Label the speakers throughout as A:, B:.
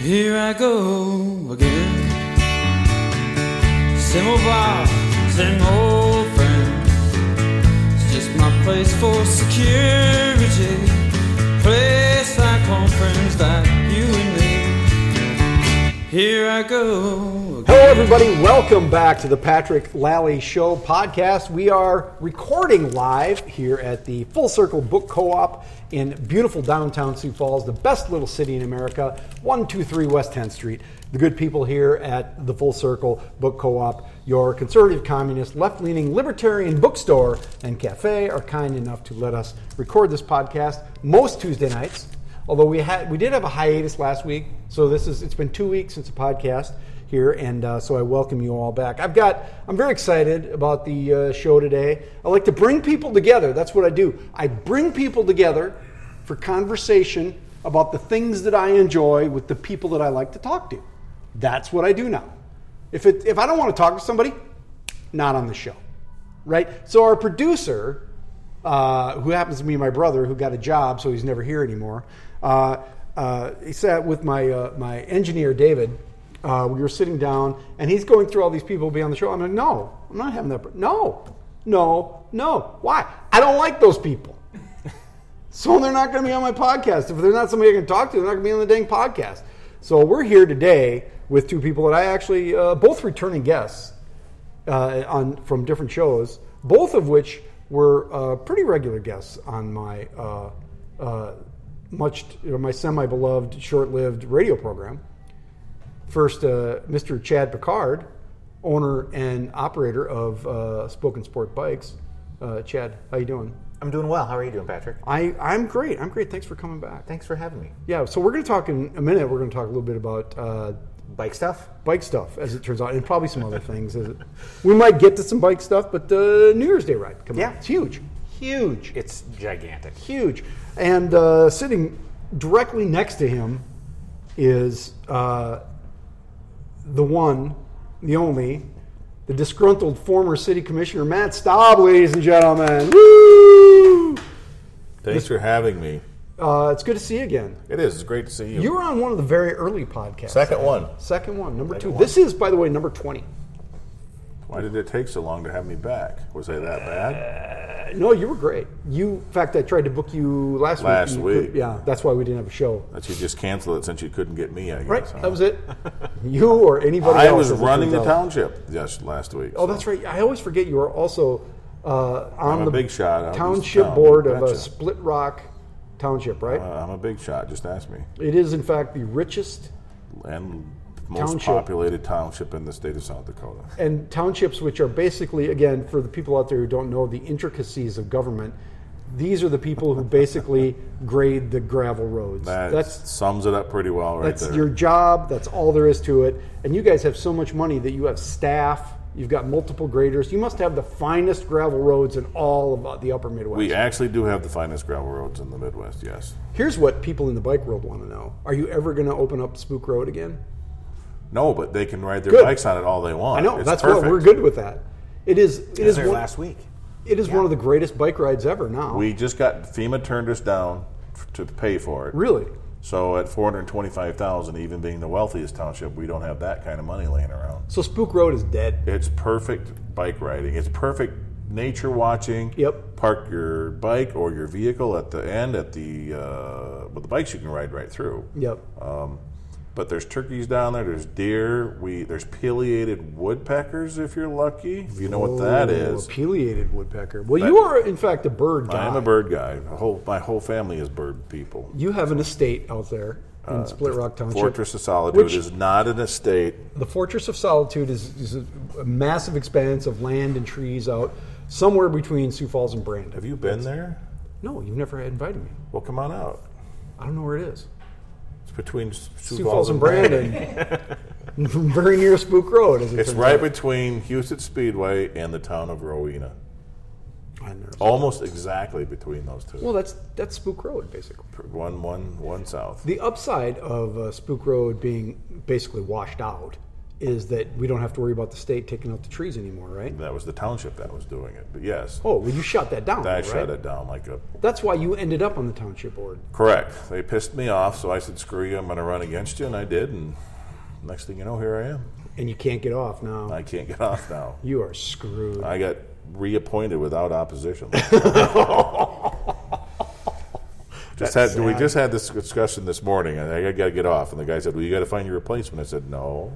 A: Here I go again. Same old bar, same old friends. It's just my place for security. Place like home, friends like you and me. Here I go again.
B: Hello, everybody. Welcome back to the Patrick Lally Show podcast. We are recording live here at the Full Circle Book Co op in beautiful downtown Sioux Falls, the best little city in America, 123 West 10th Street. The good people here at the Full Circle Book Co op, your conservative, communist, left leaning, libertarian bookstore and cafe, are kind enough to let us record this podcast most Tuesday nights. Although we had we did have a hiatus last week, so this is it's been two weeks since the podcast here, and uh, so I welcome you all back. I've got I'm very excited about the uh, show today. I like to bring people together. That's what I do. I bring people together for conversation about the things that I enjoy with the people that I like to talk to. That's what I do now. If it if I don't want to talk to somebody, not on the show, right? So our producer uh, who happens to be my brother, who got a job, so he's never here anymore. Uh, uh, he sat with my uh, my engineer David. Uh, we were sitting down, and he's going through all these people who'll be on the show. I'm like, no, I'm not having that. per- No, no, no. Why? I don't like those people. So they're not going to be on my podcast. If they're not somebody I can talk to, they're not going to be on the dang podcast. So we're here today with two people that I actually uh, both returning guests uh, on from different shows, both of which were uh, pretty regular guests on my uh, uh, much or my semi beloved short lived radio program. First, uh, Mr. Chad Picard, owner and operator of uh, Spoken Sport Bikes. Uh, Chad, how you doing?
C: I'm doing well. How are you doing, Patrick?
B: I, I'm great. I'm great. Thanks for coming back.
C: Thanks for having me.
B: Yeah, so we're going to talk in a minute. We're going to talk a little bit about uh,
C: Bike stuff?
B: bike stuff, as it turns out, and probably some other things. As it, we might get to some bike stuff, but the New Year's Day ride coming up.
C: Yeah.
B: It's huge. Huge.
C: It's gigantic.
B: Huge. And uh, sitting directly next to him is uh, the one, the only, the disgruntled former city commissioner, Matt Staub, ladies and gentlemen. Woo!
D: Thanks for having me.
B: Uh, it's good to see you again.
D: It is. It's great to see you.
B: You were on one of the very early podcasts.
D: Second one.
B: Second one, number two.
D: Second one.
B: This is, by the way, number 20.
D: Why did it take so long to have me back? Was I that bad?
B: No, you were great. You, in fact, I tried to book you last week.
D: Last
B: You
D: week.
B: could- yeah, that's why we didn't have a show.
D: That you just canceled it since you couldn't get me, I guess.
B: Right,
D: huh?
B: that was it. You or anybody
D: I
B: else.
D: was
B: as it
D: running the
B: turns out.
D: township just last week.
B: Oh, that's right. I always forget you are also uh, on
D: I'm a
B: the
D: big shot out in
B: township
D: town.
B: board of uh,
D: Gotcha.
B: Split Rock Township, right?
D: Uh, I'm a big shot. Just ask me.
B: it is, in fact, the richest
D: And most
B: Township.
D: populated township in the state of South Dakota.
B: and townships, which are basically, again, for the people out there who don't know the intricacies of government, these are the people who basically grade the gravel roads.
D: That
B: that's
D: sums it up pretty well right
B: That's
D: there.
B: your job. That's all there is to it. And you guys have so much money that you have staff. You've got multiple graders. You must have the finest gravel roads in all of the Upper Midwest.
D: we actually do have the finest gravel roads in the Midwest, yes.
B: Here's what people in the bike world want to know: Are you ever going to open up Spook Road again?
D: No, but they can ride their
B: Good.
D: bikes on it all they want.
B: I know
D: Uh, It's
B: that's
D: perfect.
B: what we're good with. That it is. It
C: It was
B: is
C: there
B: one,
C: last week.
B: It is one of the greatest bike rides ever. Now,
D: We just got FEMA turned us down f- to pay for it.
B: really,
D: So at 425,000, even being the wealthiest township, we don't have that kind of money laying around.
B: so Spook Road is dead.
D: It's perfect bike riding. It's perfect nature watching.
B: Yep.
D: Park your bike or your vehicle at the end at the uh, with the bikes you can ride right through.
B: Yep.
D: Oh, But there's turkeys down there. There's deer. We there's pileated woodpeckers if you're lucky. If you know what that
B: Oh,
D: is.
B: a pileated woodpecker. Well, you are in fact a bird guy.
D: I am a bird guy. My whole, my whole family is bird people.
B: You have an estate out there in Split Rock Township.
D: Uh, Fortress of Solitude
B: Which-
D: is not an estate.
B: The Fortress of Solitude is, is a, a massive expanse of land and trees out somewhere between Sioux Falls and Brandon.
D: Have you been there?
B: No, you've never invited me.
D: Well, come on out.
B: I don't know where it is.
D: It's between S- Sioux,
B: Sioux Falls and Brandon. Very near Spook Road. As it
D: It's
B: turns
D: right
B: out.
D: between Houston Speedway and the town of Rowena.
B: I've never-
D: Almost exactly between those two.
B: Well, that's that's Spook Road basically.
D: One, one, one south.
B: The upside of uh, Spook Road being basically washed out is that we don't have to worry about the state taking out the trees anymore, right?
D: That was the township that was doing it. But yes,
B: Oh, well, you shut that down.
D: I
B: right?
D: shut it down like a
B: That's why you ended up on the township board.
D: correct. They pissed me off, so I said, "Screw you! I'm going to run against you," and I did. And next thing you know, here I am.
B: and you can't get off now.
D: I can't get off now.
B: you are screwed.
D: I got reappointed without opposition. just had we just had this discussion this morning, and I got to get off. And the guy said, "Well, you got to find your replacement." I said, "No."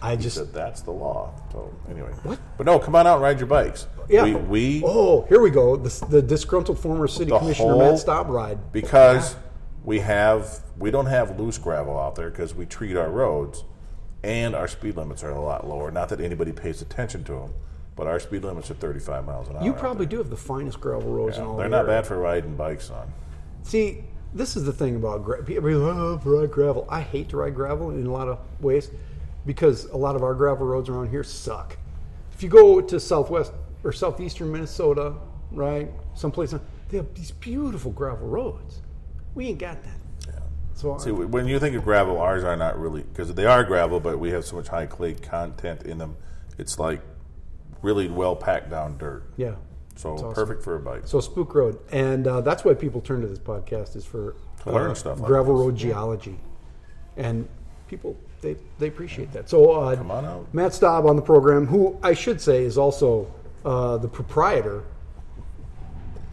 B: I
D: He
B: just
D: said, "That's the law." So anyway, what? But no, come on out, and ride your bikes.
B: Yeah.
D: we, we
B: oh, here we go. The, the disgruntled former city
D: The
B: commissioner
D: whole-
B: Matt Stobride.
D: because we have we don't have loose gravel out there because we treat our roads and our speed limits are a lot lower. Not that anybody pays attention to them, but our speed limits are 35 miles an hour.
B: You
D: out
B: probably do have the finest gravel roads in
D: there.
B: all.
D: Uh, they're
B: the
D: not
B: area.
D: bad for riding bikes on.
B: See, this is the thing about gra- people love to ride gravel. I hate to ride gravel in a lot of ways because a lot of our gravel roads around here suck. If you go to southwest or southeastern Minnesota, right, someplace they have these beautiful gravel roads. We ain't got that. Yeah. So
D: See, when you think of gravel, ours are not really because they are gravel, but we have so much high clay content in them. It's like really well packed down dirt.
B: yeah.
D: So
B: awesome.
D: perfect for a bike.
B: So Spook Road, and uh, that's why people turn to this podcast is for uh,
D: To learn stuff like
B: gravel
D: this.
B: road geology, and people they they appreciate that. So uh,
D: Come on out.
B: Matt Staub on the program, who I should say is also uh, the proprietor,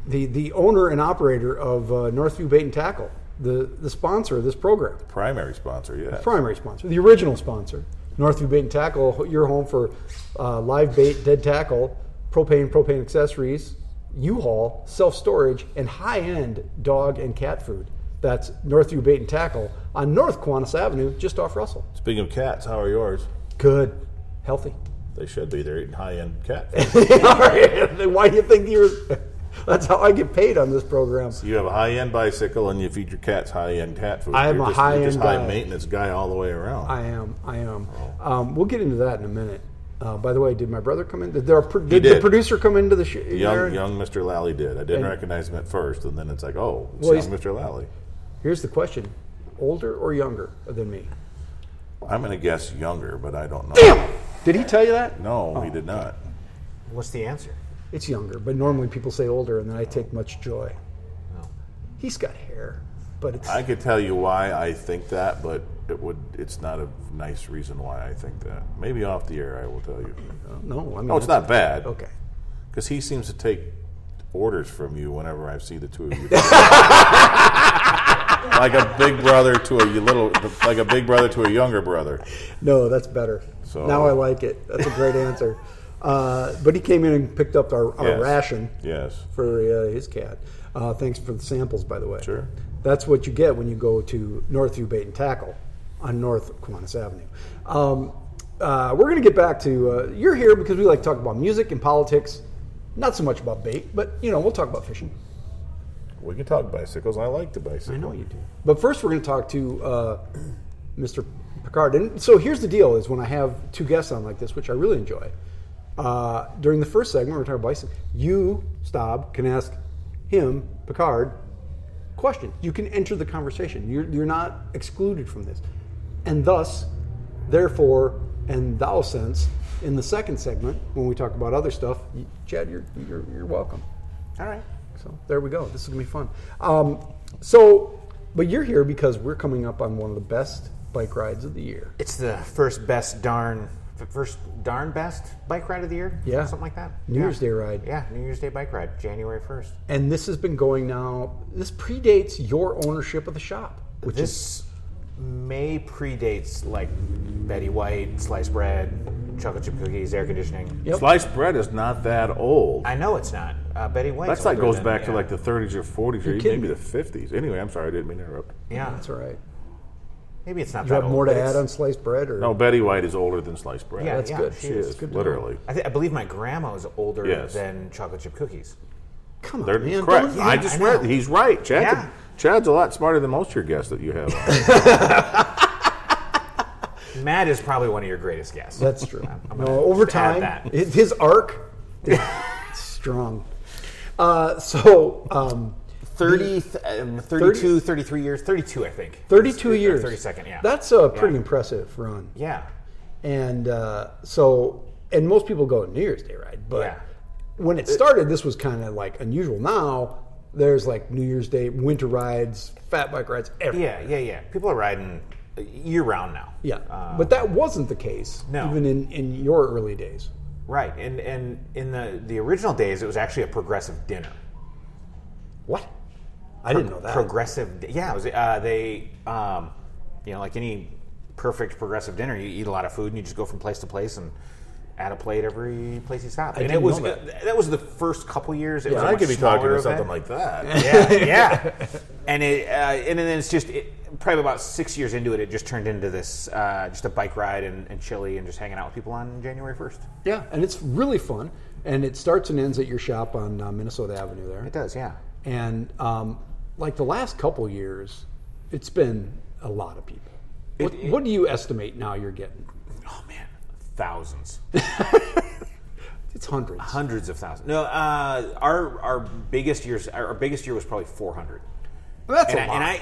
B: the the owner and operator of uh, Northview Bait and Tackle, the the sponsor of this program,
D: Primary sponsor, yeah.
B: primary sponsor, the original sponsor, Northview Bait and Tackle, your home for uh, live bait, dead tackle, propane, propane accessories, U-Haul, self storage, and high end dog and cat food. That's Northview Bait and Tackle on North Kiwanis Avenue, just off Russell.
D: Speaking of cats, how are yours?
B: Good, healthy.
D: They should be. They're eating high end cat. food.
B: All right. Then why do you think you're? That's how I get paid on this program.
D: You have a high end bicycle and you feed your cats high end cat food.
B: I am
D: You're
B: a
D: just- you're
B: high-end
D: just high
B: guy.
D: maintenance guy all the way around.
B: I am. I am. Um, we'll get into that in a minute. Uh, by the way, did my brother come in? Did, our pro- did, the
D: did.
B: producer come into the show?
D: young young Mr. Lally did. I didn't recognize him at first, and then it's like, oh, it's
B: Well,
D: young
B: he's-
D: Mr. Lally.
B: Here's the question: older or younger than me?
D: I'm gonna guess younger, but I don't know.
B: Did he tell you that?
D: No,
B: Oh,
D: he did not.
C: What's the answer?
B: It's younger, but normally people say older, and then I take much joy. He's got hair, but it's
D: I could tell you why I think that, but it would. It's not a nice reason why I think that. Maybe off the air, I will tell you.
B: no. I mean,
D: No, Oh, it's not bad.
B: Oh, Okay.
D: Because he seems to take orders from you whenever I see the two of you. like a big brother to a little, like a big brother to a younger brother.
B: No, that's better.
D: So-
B: now I like it. That's a great answer. Uh, but he came in and picked up our, our
D: Yes.
B: ration.
D: Yes.
B: for uh, his cat. Uh, thanks for the samples, by the way.
D: Sure.
B: That's what you get when you go to Northview Bait and Tackle on North Kiwanis Avenue. Um, uh, we're going to get back to uh, you're here because we like to talk about music and politics, not so much about bait, but you know we'll talk about fishing.
D: We can talk bicycles. I like the bicycle.
B: you do. But first, we're going to talk to uh, Mr. Picard. And so here's the deal: is when I have two guests on like this, which I really enjoy. Uh, during the first segment, we're talking about bicycle. You, Staub, can ask him, Picard, questions. You can enter the conversation. You're, you're not excluded from this. And thus, therefore, and thou sense, in the second segment, when we talk about other stuff, you, Chad, you're, you're, you're welcome.
C: All right.
B: So there we go. This is gonna be fun. Um, so, but you're here because we're coming up on one of the best bike rides of the year.
C: It's the first best darn, f- first darn best bike ride of the year.
B: Yeah.
C: something like that.
B: New
C: Yeah.
B: Year's Day ride,
C: Yeah, New Year's Day bike ride, January first.
B: and this has been going now. This predates your ownership of the shop, which is
C: This may predates like Betty White, sliced bread, chocolate chip cookies, air conditioning.
B: Yep.
D: Sliced bread is not that old.
C: I know it's not uh, Betty White.
D: That's like goes back to like the 30s or 40s or
B: kidding
D: maybe
B: me.
D: the 50s. Anyway, I'm sorry, I didn't mean to interrupt.
C: yeah.
B: that's all right.
C: Maybe it's
B: Do
C: not.
B: you
C: that
B: have more to
C: old, but it's-
B: add on sliced bread, or
D: No, Betty White is older than sliced bread.
C: Yeah,
B: that's
C: yeah,
B: good.
C: she
D: She
B: That's
D: is,
B: good to know.
D: literally.
C: I, th- I believe my grandma is older
D: Yes.
C: than chocolate chip cookies.
B: Come on,
D: They're
B: man.
D: correct.
B: don't-
D: I just
C: I
D: read.
C: know.
D: He's right. Chad.
C: Yeah.
D: could- Chad's a lot smarter than most of your guests that you have. on.
C: Matt is probably one of your greatest guests.
B: That's true.
C: I'm
B: no,
C: gonna
B: over
C: just add
B: time,
C: that.
B: his, his arc is strong. Uh, so, um,
C: 30, th- um, 32, 33 years, 32, I think.
B: 32
C: Or
B: years.
C: 32nd, uh, yeah.
B: That's a pretty
C: Yeah.
B: impressive run.
C: Yeah.
B: and uh, so and most people go New Year's Day ride, but
C: Yeah.
B: when it started, this was kind of like unusual. Now there's like New Year's Day winter rides, fat bike rides, everywhere.
C: Yeah, yeah, yeah. People are riding year round now. Uh,
B: Yeah, but that wasn't the case
C: Um, No.
B: even in in your early days.
C: Right. And and in the the original days, it was actually a progressive dinner.
B: What? I didn't know that.
C: Progressive, yeah. It was, uh, they, um, you know, like any perfect progressive dinner, you eat a lot of food and you just go from place to place and add a plate every place you stop. and it
B: didn't
C: was
B: know that.
C: that was the first couple years. It was a
D: I
C: much
D: could be talking
C: smaller
D: to something
C: event.
D: like that.
C: yeah, yeah. And it, uh, and then it's just it, probably about six years into it, it just turned into this uh, just a bike ride and, and chili and just hanging out with people on January first.
B: Yeah, and it's really fun, and it starts and ends at your shop on uh, Minnesota Avenue there.
C: It does, yeah.
B: and um, like the last couple years, it's been a lot of people. What, what do you estimate now you're getting?
C: Oh man, thousands.
B: It's hundreds.
C: hundreds of thousands. No, uh, our our biggest years, our our biggest year was probably 400.
B: That's
C: and,
B: a
C: I,
B: lot.
C: and I,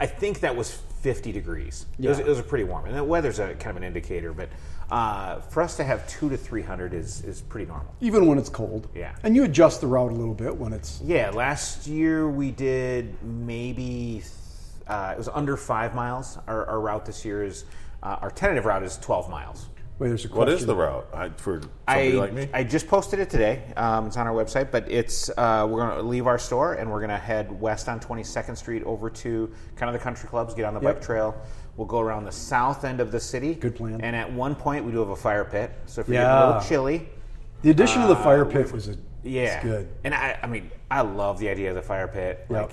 C: I think that was 50 degrees. It, was,
B: Yeah.
C: it was pretty warm, and the weather's a kind of an indicator. But uh, for us to have two to 300 is is pretty normal.
B: Even when it's cold.
C: Yeah.
B: And you adjust the route a little bit when it's.
C: Yeah, last year we did maybe uh, it was under five miles. Our, our route this year is uh, our tentative route is 12 miles.
B: Wait, there's a question.
D: What is the route I, for somebody
C: I,
D: like me?
C: I just posted it today. Um, it's on our website, but it's uh, we're going to leave our store and we're going to head west on 22nd Street over to kind of the country clubs, get on the
B: Yep.
C: bike trail. We'll go around the south end of the city.
B: Good plan.
C: And at one point, we do have a fire pit. So if you're
B: Yeah.
C: getting a little chilly,
B: The addition of the fire pit was a.
C: Ah. yeah,
B: It's good.
C: And I, I mean, I love the idea of the fire pit. Like,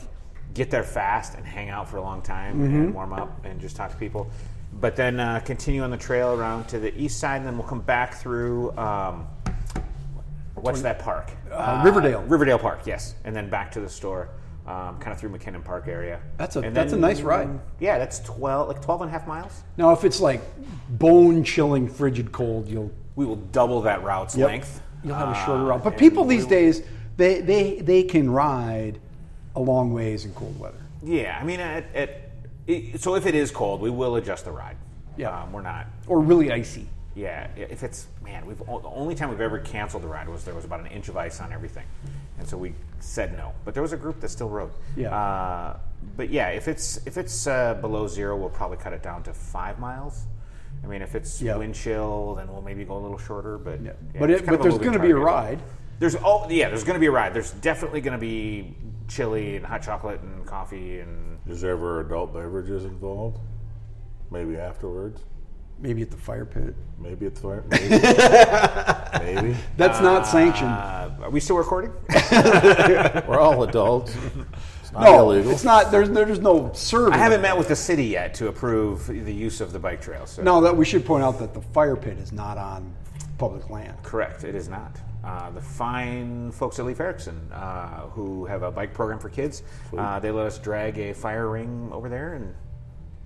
C: get there fast and hang out for a long
B: Mm-hmm.
C: time and warm up and just talk to people. But then uh, continue on the trail around to the east side, and then we'll come back through. Um, what's that park?
B: Uh, Riverdale.
C: Riverdale Park, yes, and then back to the store, um, kind of through McKinnon Park area.
B: That's a-
C: And
B: that's a nice ride.
C: Yeah, that's twelve, like 12 and a half miles.
B: Now, if it's like bone chilling, frigid cold, you'll
C: We will double that route's
B: Yep.
C: length.
B: You'll have a shorter
C: Uh,
B: route. But
C: and
B: people
C: we
B: these
C: will-
B: days, they, they, they can ride a long ways in cold weather.
C: Yeah, I mean, at, at, it, so if it is cold, we will adjust the ride.
B: Yeah.
C: um, we're not.
B: Or really icy.
C: Yeah, if it's man, we've o- the only time we've ever canceled the ride was there was about an inch of ice on everything, and so we said no. But there was a group that still rode.
B: Yeah.
C: Uh, but yeah, if it's if it's uh, below zero, we'll probably cut it down to five miles. I mean, if it's
B: Yeah.
C: wind chill, then we'll maybe go a little shorter. But yeah,
B: but
C: it's
B: it,
C: kind of
B: but there's
C: moving
B: going to be a ride.
C: target. There's oh yeah, there's going to be a ride. There's definitely going to be chili and hot chocolate and coffee and
D: Is there ever adult beverages involved? Maybe afterwards.
B: Maybe at the fire pit.
D: Maybe it's fire. Maybe. maybe.
B: That's not sanctioned.
C: uh, are we still recording?
D: We're all adults. It's not
B: No,
D: illegal.
B: it's not. There's there's no serving.
C: I haven't met with the city yet to approve the use of the bike trail. So
B: No, that we should point out that the fire pit is not on public land.
C: correct, it is not. Uh, the fine folks at Leaf Erickson, uh, who have a bike program for kids, uh, they let us drag a fire ring over there and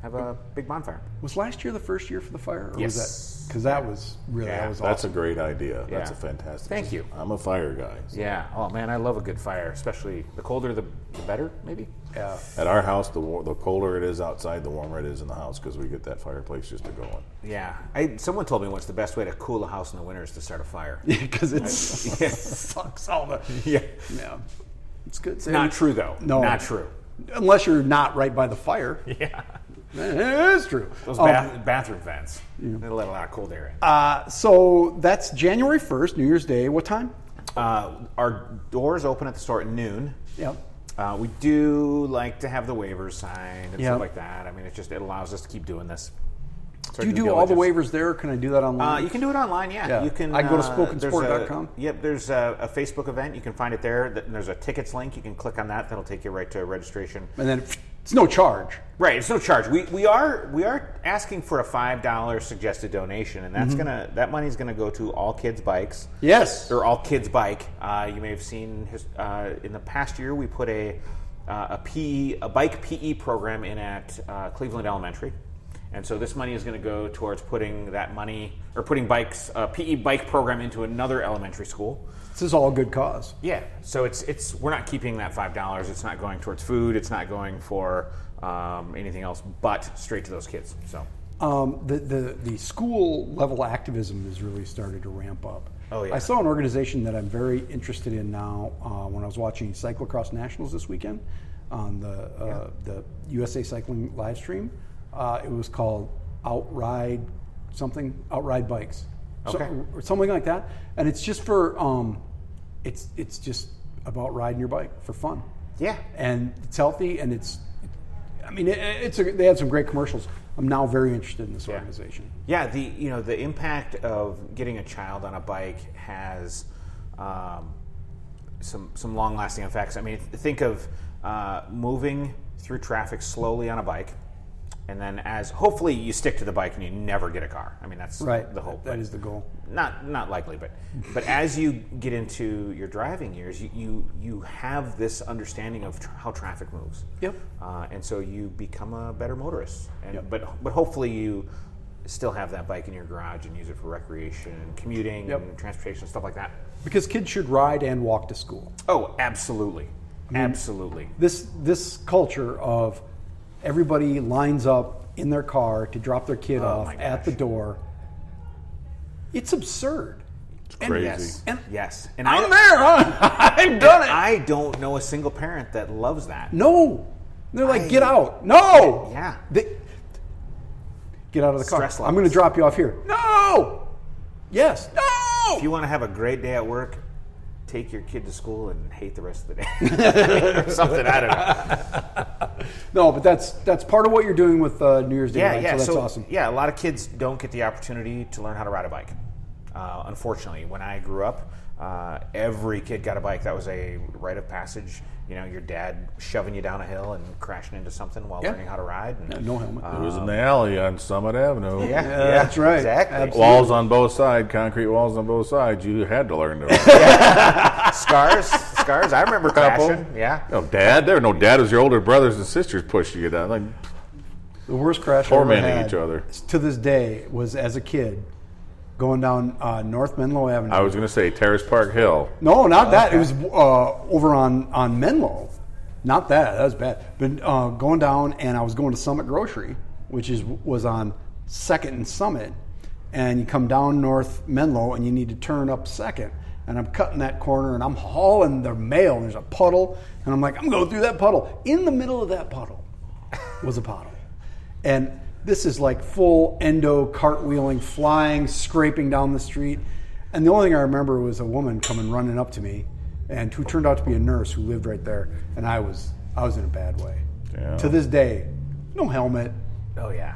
C: have a big bonfire.
B: Was last year the first year for the fire? Or Was
C: Yes.
B: that because that was really that
C: Yeah,
B: was
D: That's
B: awesome.
D: a great idea. That's a
C: Yeah.
D: fantastic.
C: Thank you.
D: I'm a fire guy.
C: Yeah. Oh man, I love a good fire, especially the colder the, the better, maybe.
B: Yeah.
D: At our house, the war- the colder it is outside, the warmer it is in the house because we get that fireplace just to go in.
C: Yeah. I, someone told me once the best way to cool a house in the winter is to start a fire.
B: because it sucks all the
C: yeah.
B: yeah. It's good.
C: Not true though.
B: No.
C: Not true.
B: Unless you're not right by the fire. Yeah, it is true.
C: Those
B: Um,
C: bath, bathroom vents. They let a lot of cold air in.
B: uh, so that's January first, New Year's Day. What time?
C: Uh, our doors open at the store at noon.
B: Yep.
C: Uh, we do like to have the waivers signed and
B: Yeah.
C: stuff like that. I mean, it just it allows us to keep doing this.
B: Do you do all the waivers there, or can I do that
C: Uh,
B: online?
C: you can do it online, yeah.
B: Yeah.
C: You can.
B: I go to
C: uh,
B: spokensport.com?
C: there's a- Yep, there's a, a Facebook event. You can find it there. Th- and There's a tickets link. You can click on that. That'll take you right to registration.
B: and then it's no charge.
C: Right, it's no charge. We, we are we are asking for a five dollar suggested donation, and
B: Mm-hmm.
C: that's gonna that money's gonna go to All Kids Bikes.
B: Yes.
C: or all kids bike. Uh, you may have seen his, uh, in the past year we put a uh, a PE a bike PE program in at uh, Cleveland Elementary, and so this money is going to go towards putting that money or putting bikes a PE bike program into another elementary school.
B: This is all good cause.
C: Yeah, so it's it's we're not keeping that five dollars. It's not going towards food. It's not going for um, anything else but straight to those kids. So
B: um, the, the, the school level activism has really started to ramp up.
C: Oh, yeah.
B: I saw an organization that I'm very interested in now uh, when I was watching Cyclocross Nationals this weekend on the, uh, the USA Cycling live stream. Uh, it was called Outride something, Outride Bikes. So-
C: Okay.
B: or something like that. And it's just for, um, it's, it's just about riding your bike for fun.
C: Yeah.
B: And it's healthy and it's, I mean, it, it's a, they had some great commercials. I'm now very interested in this organization.
C: Yeah, the you know the impact of getting a child on a bike has um, some some long lasting effects. I mean, th- think of uh, moving through traffic slowly on a bike, and then as hopefully you stick to the bike and you never get a car. I mean, that's
B: Right.
C: the hope.
B: That
C: but
B: is the goal.
C: not not likely, but but as you get into your driving years, you you, you have this understanding of tr- how traffic moves.
B: Yep.
C: Uh, and so you become a better motorist. And
B: Yep.
C: but but hopefully you still have that bike in your garage and use it for recreation and commuting
B: Yep.
C: and transportation stuff like that.
B: Because kids should ride and walk to school.
C: Oh, absolutely.
B: Mm-hmm.
C: absolutely.
B: This, this culture of everybody lines up in their car to drop their kid off
C: Oh my
B: at the
C: gosh.
B: door, it's absurd. It's
D: crazy.
C: Yes.
B: And-
C: yes. And
B: I'm
C: I-
B: there, huh? I've done it.
C: I don't know a single parent that loves that.
B: No. They're like,
C: I-
B: get out. No.
C: Yeah.
B: They- get out of the car.
C: Stress
B: I'm going
C: levels.
B: to drop you off here. No. Yes. No.
C: If you want to have a great day at work, take your kid to school and hate the rest of the day. or something, I don't know.
B: no, but that's that's part of what you're doing with uh, New Year's Day.
C: Yeah,
B: right?
C: yeah.
B: So that's awesome.
C: Yeah, a lot of kids don't get the opportunity to learn how to ride a bike. Uh, unfortunately, when I grew up, uh, every kid got a bike. That was a rite of passage. You know, your dad shoving you down a hill and crashing into something while
B: Yeah.
C: learning how to ride. And,
B: No helmet.
C: Uh,
D: It was in the alley on Summit Avenue.
C: yeah,
B: that's right.
C: Exactly.
B: Absolutely.
D: Walls on both sides, concrete walls on both sides. You had to learn to. ride.
C: Scars, scars. I remember
D: Couple.
C: crashing. Yeah.
D: no dad, there were no dad. It was your older brothers and sisters pushing you down, like
B: the worst crash I
D: tormenting
B: ever had
D: each other.
B: to this day was as a kid going down uh, North Menlo Avenue.
D: I was gonna say Terrace Park Hill.
B: No, not that. It was uh, over on, on Menlo. Not that. That was bad. But uh, going down, and I was going to Summit Grocery, which is was on Second and Summit, and you come down North Menlo, and you need to turn up Second. And I'm cutting that corner, and I'm hauling the mail, and there's a puddle, and I'm like, I'm going through that puddle. In the middle of that puddle was a puddle, and this is like full endo cartwheeling, flying, scraping down the street. And the only thing I remember was a woman coming running up to me, and who turned out to be a nurse who lived right there. And I was I was in a bad way.
D: Damn.
B: To this day, no helmet.
C: Oh yeah.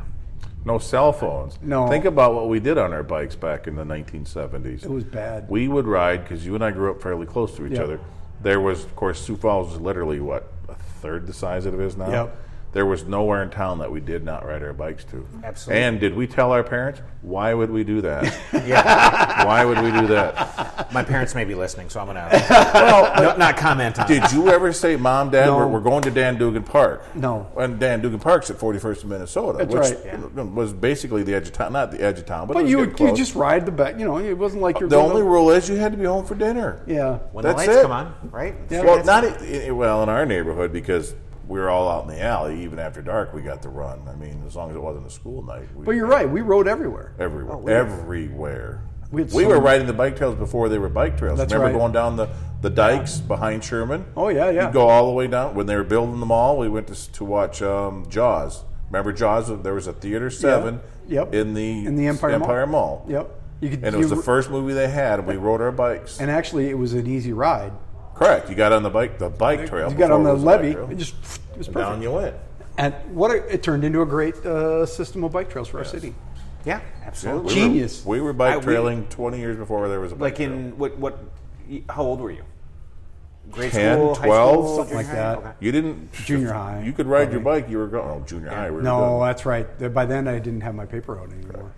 D: No cell phones.
B: No.
D: Think about what we did on our bikes back in the 1970s.
B: It was bad.
D: we would ride because you and I grew up fairly close to each
B: Yep.
D: other. There was, of course, Sioux Falls was literally what a third the size that it is now.
B: Yep.
D: There was nowhere in town that we did not ride our bikes to.
C: Absolutely.
D: And did we tell our parents why would we do that?
C: Yeah.
D: why would we do that?
C: My parents may be listening, so I'm gonna well, no, not comment on. it.
D: Did you ever say, "Mom, Dad, we're,
B: No.
D: we're going to Dan Dugan Park"?
B: No.
D: And Dan Dugan Park's at 41st and Minnesota,
B: That's
D: which
B: right.
D: was basically the edge of town, not the edge of town, but, it
B: But
D: was
B: you
D: getting
B: would, you
D: close.
B: just ride the back. You know, it wasn't like you're
D: the
B: going
D: only
B: to-
D: rule is you had to be home for dinner.
B: yeah.
C: When
D: That's
C: the lights
D: it.
C: come on, right?
B: Yeah.
D: Well, not i i well in our neighborhood because we were all out in the alley. Even after dark, we got to run. I mean, as long as it wasn't a school night. We,
B: But you're right. We rode everywhere.
D: everywhere. everywhere.
B: oh, We
D: We,
B: had so
D: were
B: many-
D: riding the bike trails before they were bike trails.
B: That's
D: Remember
B: right.
D: going down the, the dikes behind Sherman?
B: Oh, yeah, yeah.
D: You'd go all the way down when they were building the mall. We went to s- to watch um, Jaws. Remember Jaws? There was a theater seven.
B: Yep.
D: In the
B: In the Empire Mall.
D: Mall.
B: Yep. You could.
D: And it was
B: you-
D: the first movie they had, and we rode our bikes.
B: And actually, it was an easy ride.
D: Correct. You got on the bike, the bike trail.
B: You got
D: before
B: on
D: it
B: the
D: was a bike
B: levee.
D: trail.
B: It just it was
D: And
B: perfect.
D: down you went.
B: And what a, it turned into a great uh, system of bike trails for our city.
C: Yeah, absolutely.
D: We
B: Genius.
D: Were, we were
C: I-
D: bike
C: we-
D: trailing 20 years before there was a bike
C: Like in what? What? y- How old were you? Grade
D: 10,
C: school, high
D: 12?
C: school,
B: Something like
C: junior
B: that.
C: Okay.
D: You didn't
B: Junior high,
D: You could ride your bike. You were going. Oh, junior high. We were
B: No,
D: done.
B: that's right. Th- By then, I didn't have my paper out anymore.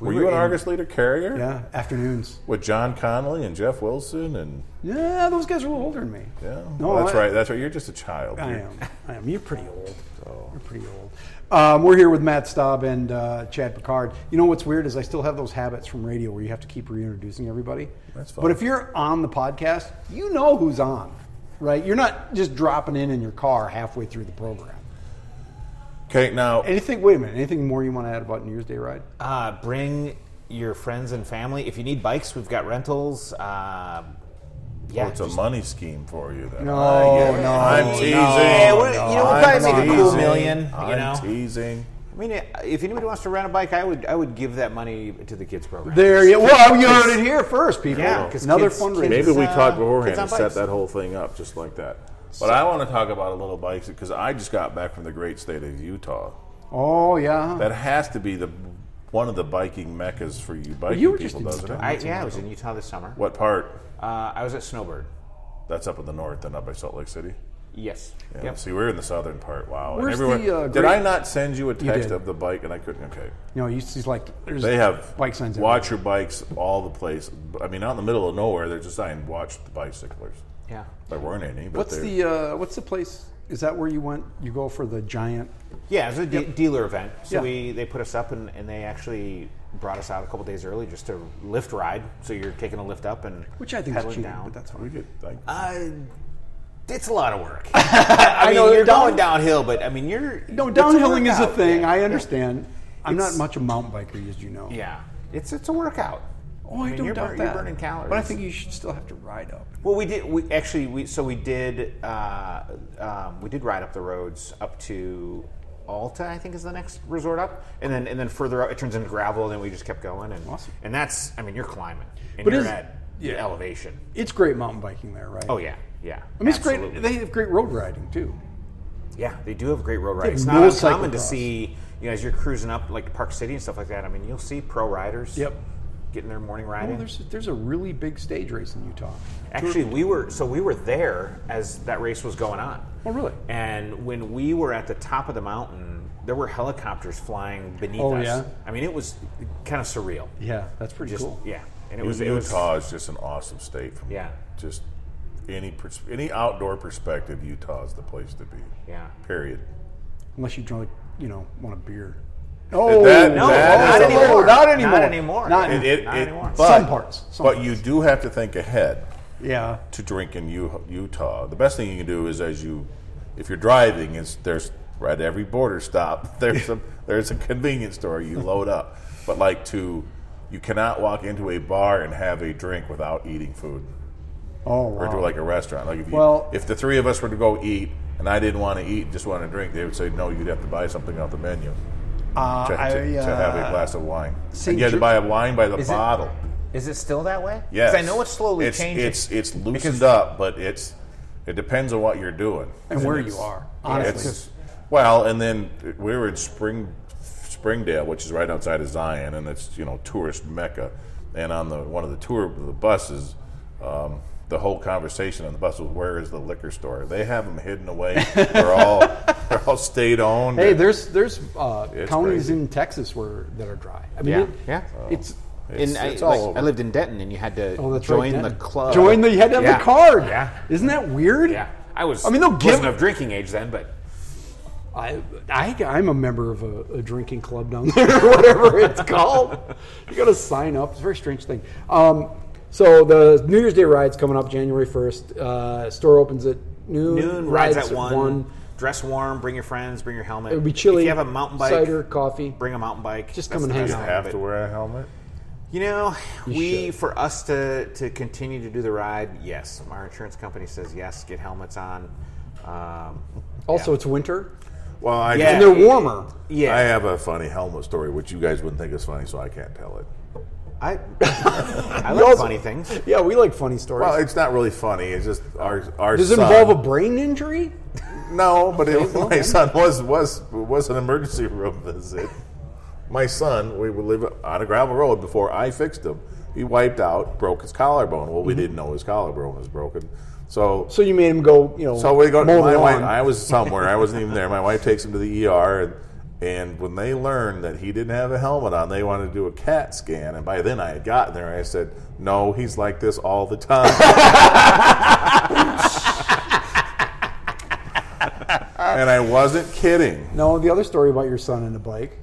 D: were, you an Argus leader carrier?
B: Yeah, afternoons.
D: With John Connolly and Jeff Wilson and
B: Yeah, those guys are a little older than me.
D: yeah.
B: No,
D: Well, that's
B: I-
D: right. That's right. You're just a child.
B: I
D: You're-
B: am. I am. You're pretty old.
D: Oh.
B: You're pretty old. Um, we're here with Matt Staub and uh, Chad Picard. You know what's weird is I still have those habits from radio where you have to keep reintroducing everybody.
D: That's fine.
B: But if you're on the podcast, you know who's on, right? You're not just dropping in in your car halfway through the program.
D: Okay, now
B: Anything? Wait a minute. Anything more you want to add about New Year's Day ride?
C: Uh, bring your friends and family. If you need bikes, we've got rentals. Uh, yeah,
D: oh, it's a
C: just-
D: money scheme for you then.
B: No, Oh, no,
C: Oh,
D: I'm teasing.
C: Yeah, we're- you know, we're
D: I'm
C: probably making a cool
D: teasing.
C: million, you
D: I'm
C: know?
D: teasing.
C: I mean, uh, if anybody wants to rent a bike, I would I would give that money to the kids program.
B: There you. Well, you heard it here first, people.
C: Yeah, 'cause
B: Another
C: kids-
B: fundraiser.
C: kids-
D: Maybe we
C: uh,
D: talked beforehand
C: kids on
D: and set
C: bikes.
D: that whole thing up just like that. But I want to talk about a little bikes because I just got back from the great state of Utah.
B: Oh yeah.
D: That has to be the one of the biking meccas for you biking
B: you were just
D: people,
B: in
D: doesn't it?
C: I, yeah, I was in Utah this summer.
D: what part?
C: Uh, I was at Snowbird.
D: That's up in the north and up by Salt Lake City.
C: Yes.
D: Yeah.
C: Yep.
D: See, we're in the southern part. Wow. And
B: Where's
D: everyone-
B: the, uh,
D: did
B: great-
D: I not send you a text
B: did.
D: of the bike and I couldn't? Okay.
B: You know, you see like there's
D: They have
B: bike signs. everywhere.
D: Watch your bikes all the place. I mean, out in the middle of nowhere, they're just saying "Watch the bicyclers."
C: Yeah.
D: There weren't any, but
B: What's
D: they're-
B: the uh, What's the place? Is that where you went? You go for the giant?
C: Yeah, it was a de- dealer event. So
B: Yeah.
C: we they put us up and, and they actually brought us out a couple days early just to lift ride. So you're taking a lift up and
B: Which I think is
C: pedaling
B: cheating,
C: down.
B: but that's
D: we
B: fine.
D: get like
C: Uh, it's a lot of work. I, mean,
B: know,
C: you're
B: down-
C: going downhill, but I mean, you're
B: No,
C: it's a
B: downhilling is a
C: workout.
B: thing.
C: Yeah.
B: I understand. I'm not
C: It's-
B: much a mountain biker, as you know.
C: Yeah, it's it's a workout.
B: Oh, I,
C: mean,
B: don't
C: you're
B: doubt
C: bur-
B: that.
C: you're burning calories.
B: but I think you should still have to ride up.
C: Well, we did. We actually we so we did. Uh, um, we did ride up the roads up to Alta, I think is the next resort up, and then and then further up it turns into gravel, and then we just kept going, and
B: Awesome.
C: and that's I mean you're climbing, and
B: But
C: you're
B: is-
C: at elevation.
B: It's great mountain biking there, right?
C: Oh yeah, yeah.
B: I mean, it's
C: absolutely.
B: great. They have great road riding too.
C: yeah, they do have great road
B: have
C: riding. It's
B: no
C: not uncommon to
B: cyclocross.
C: see you know as you're cruising up like Park City and stuff like that. I mean you'll see pro riders.
B: Yep.
C: Getting their morning
B: Oh,
C: riding.
B: there's there's a really big stage race in Utah.
C: Actually, we were so we were there as that race was going on.
B: Oh, really?
C: And when we were at the top of the mountain, there were helicopters flying beneath
B: Oh,
C: us.
B: yeah?
C: I mean, it was kind of surreal.
B: Yeah, that's pretty
C: Just
B: cool.
C: yeah, and it
D: It was
C: was it was
D: Utah is just an awesome state from
C: Yeah.
D: just any pers- any outdoor perspective. Utah is the place to be.
C: yeah.
D: Period.
B: Unless you drink, you know, want a beer. Oh,
D: That- No, that
B: not
D: not is a-
B: anymore.
D: anymore.
B: Not anymore.
C: Not anymore.
B: Not-
D: It- it-
C: Not
D: it-
C: anymore.
D: but-
B: some parts. Some
D: But you do have to think ahead
B: yeah.
D: to drink in U- Utah. The best thing you can do is as you, if you're driving, is there's right at every border stop there's a there's a convenience store you load up. But like to, you cannot walk into a bar and have a drink without eating food.
B: Oh
D: or
B: wow.
D: to
C: Um,
D: like a restaurant. Like if you,
B: Well-
D: if the three of us were to go eat and I didn't want to eat, just want to drink, they would say no. You'd have to buy something off the menu
B: Uh,
D: to,
B: I,
D: to- to have a
B: uh,
D: glass of wine.
B: Saint
D: And you had to
B: Ju-
D: buy a wine by the
C: Is it-
D: bottle.
C: Is it still that way?
D: yes,
C: Because I know it's slowly
D: it's,
C: changing.
D: It's it's loosened up, but it's it depends on what you're doing
B: and where
D: it's-
B: you are.
D: it's-
B: Honestly,
D: well, and then we were in Spring, Springdale, which is right outside of Zion, and it's you know tourist mecca. And on the one of the tour the buses, um, the whole conversation on the bus was, "Where is the liquor store?" They have them hidden away. they're all they're all state owned.
B: hey, there's there's uh,
D: It's
B: counties
D: crazy.
B: in Texas where that are dry. I mean,
C: yeah,
B: it-
C: yeah.
B: it's
D: it's,
C: and I,
D: it's
C: like,
D: all over.
C: I lived in Denton, and you had to
B: oh, that's
C: join
B: right,
C: the
B: Denton.
C: club.
B: Join the you had to have
C: Yeah.
B: the card.
C: Yeah.
B: isn't that weird?
C: Yeah, I was.
B: I mean, they'll give-
C: wasn't of drinking age then, but
B: I, I I'm a member of a, a drinking club down there, or whatever it's called. You got to sign up. It's a very strange thing. Um, so the New Year's Day ride's coming up January 1st. Uh, store opens at noon.
C: noon rides, at one.
B: one.
C: Dress warm. Bring your friends. Bring your helmet.
B: It'll be chilly.
C: If you have a mountain bike,
B: cider, coffee.
C: bring a mountain bike.
B: Just
C: That's
B: come and
C: the
B: hang
C: best
B: out.
C: thing,
D: have
C: but-
D: to wear a helmet.
C: You know, we
B: should.
C: for us to to continue to do the ride, yes. Our insurance company says yes. Get helmets on. Um,
B: Also, it's winter,
D: Well, I
C: Yeah.
B: and they're warmer.
C: yeah,
D: I have a funny helmet story, which you guys wouldn't think is funny, so I can't tell it.
C: I I like
B: also-
C: funny things.
B: Yeah, we like funny stories.
D: Well, it's not really funny. It's just our our
B: Does it
D: son,
B: involve a brain injury?
D: No, but it, my son was was was an emergency room visit. My son, we were living on a gravel road before I fixed him. He wiped out, broke his collarbone. Well, we didn't know his collarbone was broken, so
B: So you made him go, you know.
D: so we go.
B: mow the
D: My wife,
B: lawn.
D: I was somewhere. I wasn't even there. My wife takes him to the ER, and, and when they learned that he didn't have a helmet on, they wanted to do a CAT scan. And by then, I had gotten there. I said, "No, he's like this all the time." and I wasn't kidding.
B: No, the other story about your son and the bike.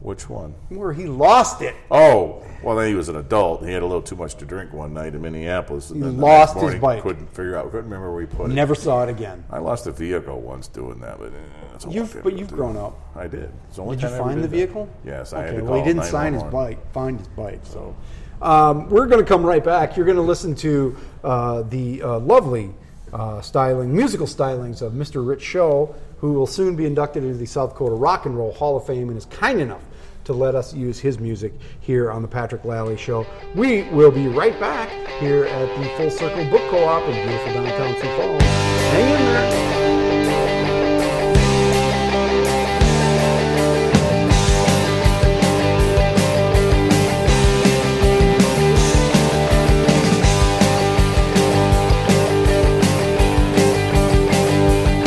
D: Which one?
B: where he lost it.
D: Oh, well, then he was an adult. He had a little too much to drink one night in Minneapolis. And
B: He
D: then the
B: lost
D: next
B: his
D: morning
B: bike.
D: Couldn't figure out. Couldn't remember where he put it.
B: Never saw it again.
D: I lost a vehicle once doing that, but eh, that's a long
B: You've-
D: time
B: but
D: ago,
B: you've
D: too.
B: grown up.
D: I did. It's the only
B: Did you
D: time I ever
B: find the
D: did that.
B: vehicle?
D: Yes, I had
B: Okay,
D: to
B: well, he
D: call
B: didn't sign his
D: 911.
B: bike, find his bike, so. Um, we're going to come right back. You're going to listen to uh, the uh, lovely uh, styling, musical stylings of Mr. Rich Show, who will soon be inducted into the South Dakota Rock and Roll Hall of Fame and is kind enough to let us use his music here on the Patrick Lally Show. We will be right back here at the Full Circle Book Co-op in beautiful downtown Sioux Falls. Hang in there.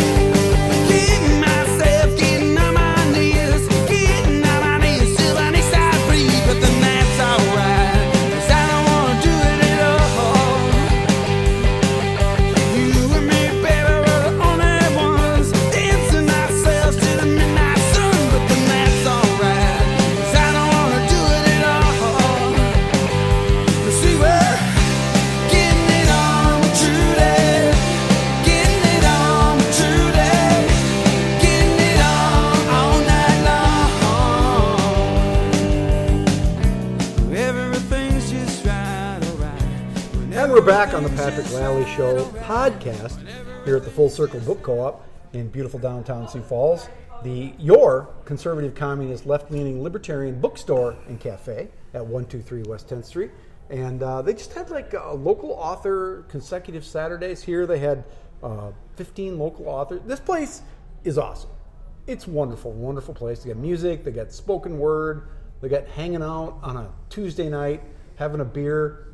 E: Getting myself, getting on my knees, getting on my knees till I need to breathe, but then that's alright, 'cause I don't wanna do it at all. You and me, baby, were the only ones dancing ourselves to the midnight sun, but then that's alright, 'cause I don't wanna do it at all. 'Cause we were getting it on with Trudy. Getting it on with Trudy. Getting it on all night long. Everything's just right, alright.
B: And we're back on the Patrick Lally Show podcast here at the Full Circle Book Co-op in beautiful downtown Sioux Falls, the your conservative, communist, left-leaning, libertarian bookstore and cafe at 123 West 10th Street. And uh, they just had like a local author consecutive Saturdays here. They had uh, 15 local authors. This place is awesome. It's wonderful, wonderful place. They got music, they got spoken word, they got hanging out on a Tuesday night, having a beer,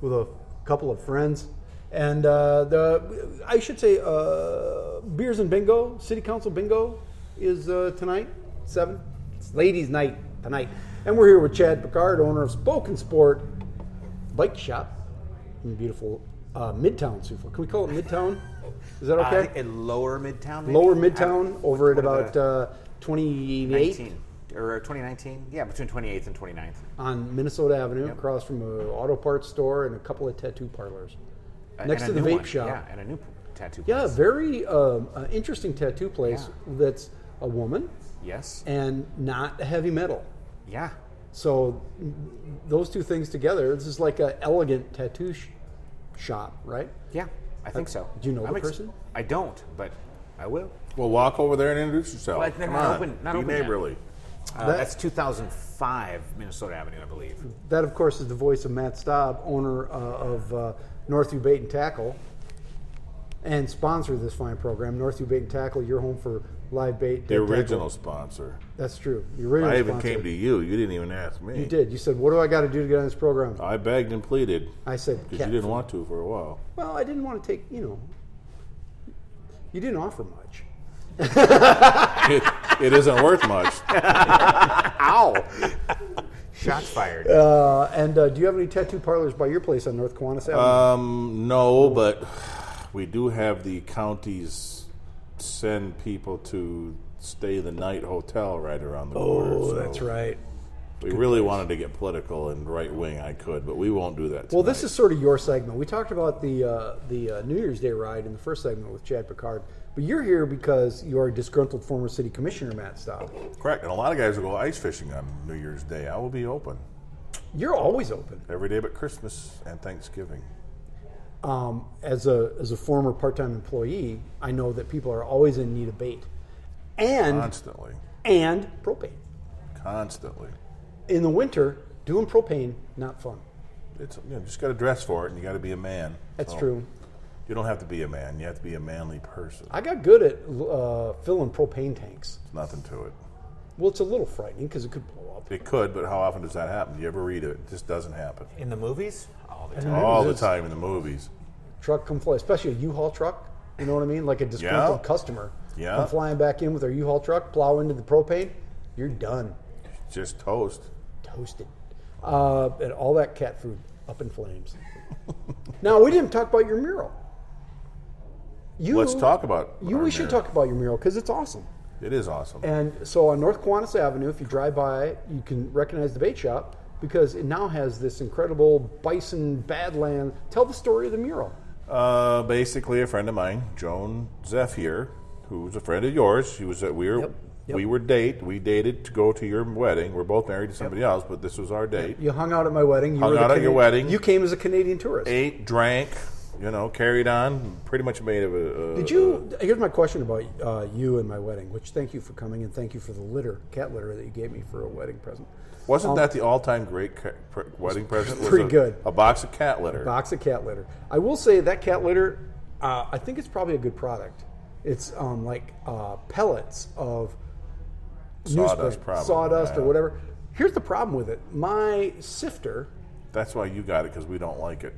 B: with a couple of friends. And uh, the I should say uh, beers and bingo, city council bingo is uh, tonight seven. It's ladies' night tonight, and we're here with Chad Picard, owner of Spoken Sport Bike Shop in beautiful uh, Midtown Sioux Falls. Can we call it Midtown? Is that
C: Uh, I
B: okay?
C: think at Lower Midtown. Maybe?
B: Lower
C: I-
B: Midtown, over at
C: what are
B: about
C: the-
B: uh, twenty eight
C: 19 or 2019. Yeah, between 28th and 29th.
B: on Minnesota Avenue,
C: Yep.
B: across from an auto parts store and a couple of tattoo parlors,
C: Uh,
B: next to
C: and
B: the
C: a new
B: vape
C: one.
B: shop.
C: Yeah, and a new p- tattoo.
B: Yeah,
C: place.
B: very um, uh, interesting tattoo place
C: Yeah.
B: that's a woman
C: Yes.
B: and not heavy metal.
C: Yeah.
B: So mm, those two things together, this is like an elegant tattoo sh- shop, right?
C: Yeah. I think so.
B: Uh, do you know
C: I'm
B: the person?
C: I don't, but I will.
D: Well, walk over there and introduce yourself.
C: But they're
D: Come
C: not
D: on,
C: open- not
D: be
C: open yet.
D: neighborly.
C: Uh, that's 2005 Minnesota Avenue, I believe.
B: That, of course, is the voice of Matt Staub, owner uh, of uh, Northview Bait and Tackle, and sponsor of this fine program, Northview Bait and Tackle, your home for live bait.
D: The
B: and tackle.
D: original sponsor.
B: That's true. The original.
D: I even
B: sponsor.
D: came to you. You didn't even ask me.
B: You did. You said, "What do I got to do to get on this program?"
D: I begged and pleaded
B: I said,
D: because
B: "Cat
D: Uh, you didn't want to for a while.
B: Well, I didn't want to take, you know, you didn't offer much.
D: it, it isn't worth much.
C: Ow! Shots fired.
B: Uh, and uh, do you have any tattoo parlors by your place on North Kiwanis Avenue?
D: Um, no, but we do have the counties send people to stay the night hotel right around the corner. Oh,
B: That's right.
D: We really wanted to get political and right wing. I could, but we won't do that.
B: Well, this is sort of your segment. We talked about the uh, the uh, New Year's Day ride in the first segment with Chad Picard, but you're here because you're a disgruntled former city commissioner, Matt Staub.
D: is correct. And a lot of guys will go ice fishing on New Year's Day. I will be open
B: You're always open.
D: every day but Christmas and Thanksgiving.
B: Um, as a as a former part time employee, I know that people are always in need of bait, and
D: Constantly,
B: and propane
D: constantly.
B: in the winter. Doing propane not fun.
D: It's you know, just got to dress for it, and you got to be a man.
B: That's
D: So,
B: true.
D: You don't have to be a man. You have to be a manly person.
B: I got good at uh, filling propane tanks.
D: Nothing to it.
B: Well, it's a little frightening because it could blow up.
D: It could, but how often does that happen? Do you ever read it? It just doesn't happen.
C: In the movies? All the time.
D: All the
B: It's-
D: time in the movies.
B: Truck come fly, especially a U-Haul truck. You know what I mean? Like a disgruntled
D: Yeah.
B: customer.
D: Yeah.
B: Come flying back in with their U-Haul truck, plow into the propane. You're done,
D: Just toast.
B: toasted, uh, and all that cat food up in flames. now we didn't talk about your mural. You,
D: Let's talk about
B: You,
D: our
B: we should
D: mural.
B: talk about your mural because it's awesome.
D: It is awesome.
B: And so on North Kiwanis Avenue, if you drive by, you can recognize the bait shop because it now has this incredible bison badland. Tell the story of the mural.
D: Uh, basically, a friend of mine, Joan Zeff here, who's a friend of yours. She was at we were
B: Yep, yep.
D: we were date we dated to go to your wedding. We're both married to somebody else, but this was our date.
B: You hung out at my wedding. You
D: Hung
B: the
D: out at your
B: Cana-
D: wedding.
B: You came as a Canadian tourist.
D: Ate, drank, you know, carried on. Pretty much made of a. a
B: Did you? Here's my question about uh, you and my wedding. Which thank you for coming and thank you for the litter, cat litter that you gave me for a wedding present.
D: Wasn't that the all-time great ca- pre- wedding present? Was
B: pretty
D: a-
B: good.
D: A box of cat litter.
B: box of cat litter. I will say that cat litter, uh, I think it's probably a good product. It's um, like uh, pellets of
D: Sawdust,
B: newsprint,
D: probably,
B: sawdust or
D: yeah.
B: whatever. Here's the problem with it: my sifter,
D: That's why you got it because we don't like it.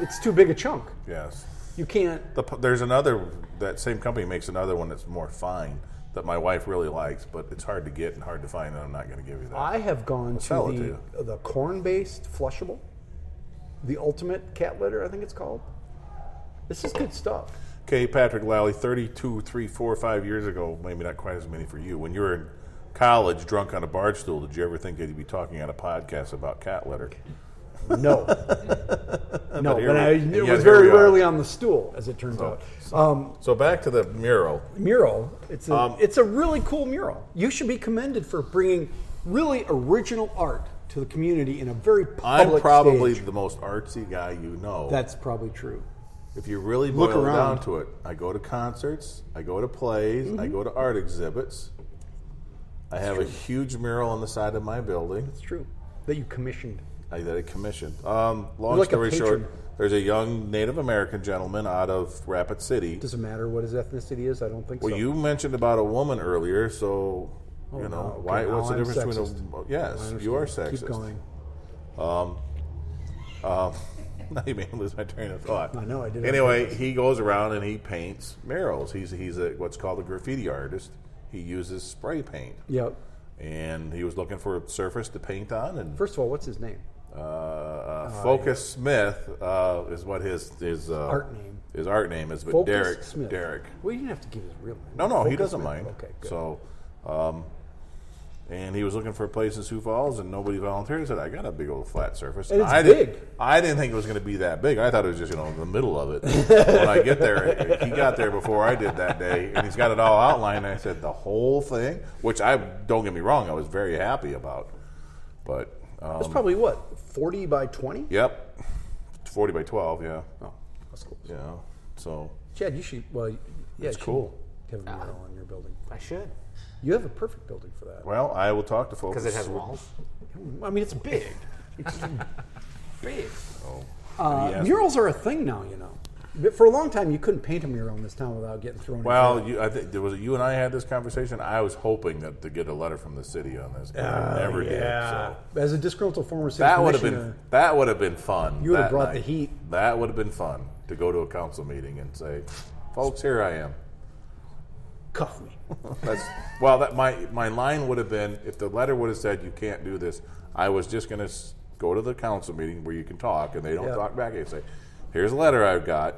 B: it's too big a chunk.
D: Yes.
B: You can't.
D: The, p- there's another that same company makes another one that's more fine that my wife really likes, but it's hard to get and hard to find, and I'm not going to give you that.
B: I have gone
D: sell it to
B: to the the corn-based flushable, the ultimate cat litter. I think it's called. This is good stuff.
D: Okay, Patrick Lally, 32, 3, 4, 5 years ago, maybe not quite as many for you. When you were in college, drunk on a barge stool, did you ever think that you'd be talking on a podcast about cat litter?
B: No. no,
D: Uh, here
B: but
D: we-
B: I,
D: and
B: it
D: yet
B: was
D: here
B: very
D: we are.
B: rarely on the stool, as it turns out. Um,
D: So back to the mural.
B: mural. It's a,
D: Um,
B: it's a really cool mural. You should be commended for bringing really original art to the community in a very public
D: I'm probably
B: stage.
D: the most artsy guy you know.
B: That's probably true.
D: if you really
B: Look
D: boil it
B: around. Mm-hmm.
D: down to it, I go to concerts, I go to plays, I go to art exhibits. I have a huge mural on the side of my building.
B: It's true that you commissioned.
D: I, that I commissioned. Um, long
B: like a
D: story short,
B: patron.
D: there's a young Native American gentleman out of Rapid City.
B: Doesn't matter what his ethnicity is. I don't think
D: Well,
B: so. Oh,
D: you mentioned about a woman earlier, so you know
B: wow, okay,
D: why? What's the
B: now I'm
D: difference between a? Yes, you are sexist.
B: Keep
D: Um,
B: going.
D: Now you made me lose my train of thought.
B: I know, I did it on
D: Anyway, he goes around and he paints murals. He's he's a what's called a graffiti artist. He uses spray paint,
B: Yep.
D: and he was looking for a surface to paint on. And
B: First of all, what's his name?
D: uh,
B: Oh,
D: uh, Focus Smith uh, is what his his uh,
B: Art name.
D: His art name is, but
B: Focus
D: Derek
B: Smith.
D: Derek.
B: Well, you didn't have to give his real name.
D: No, no, he
B: Focus
D: doesn't
B: Smith.
D: mind.
B: Okay, good.
D: So, um, and he was looking for a place in Sioux Falls, and nobody volunteered. He said, "I got a big old flat surface."
B: And it's
D: I didn't-
B: big.
D: I didn't think it was going to be that big. I thought it was just you know in the middle of it. when I get there, he got there before I did that day, and he's got it all outlined. And I said the whole thing, which I don't get me wrong, I was very happy about. But um,
B: That's probably what forty by twenty.
D: yep, forty by twelve, yeah,
B: Oh, that's cool.
D: yeah. So
B: Chad, you should. Well, yeah,
D: That's
B: you should
D: cool.
B: Have a mural on your building.
C: I should
B: You have a perfect building for that.
D: well, I will talk to folks
C: because it has walls.
B: I mean, it's big. It's big. Uh,
D: He asked me-
B: Murals are a thing now, you know. But For a long time, you couldn't paint a mural in this town without getting thrown. in
D: Well,
B: jail.
D: you, I think there was you and I had this conversation. I was hoping that to get a letter from the city on this, but I never did. So
B: as a disgruntled former city
D: that would have
B: Oh, commissioner,
D: been that would have been fun.
B: You would have
D: that
B: brought the
D: night.
B: heat.
D: That would have been fun to go to a council meeting and say, "Folks, here I am."
B: cuff me.
D: That's well. That my my line would have been if the letter would have said, "You can't do this." I was just going to go to the council meeting where you can talk, and they don't
B: Yeah.
D: talk back. They say, "Here's a letter I've got,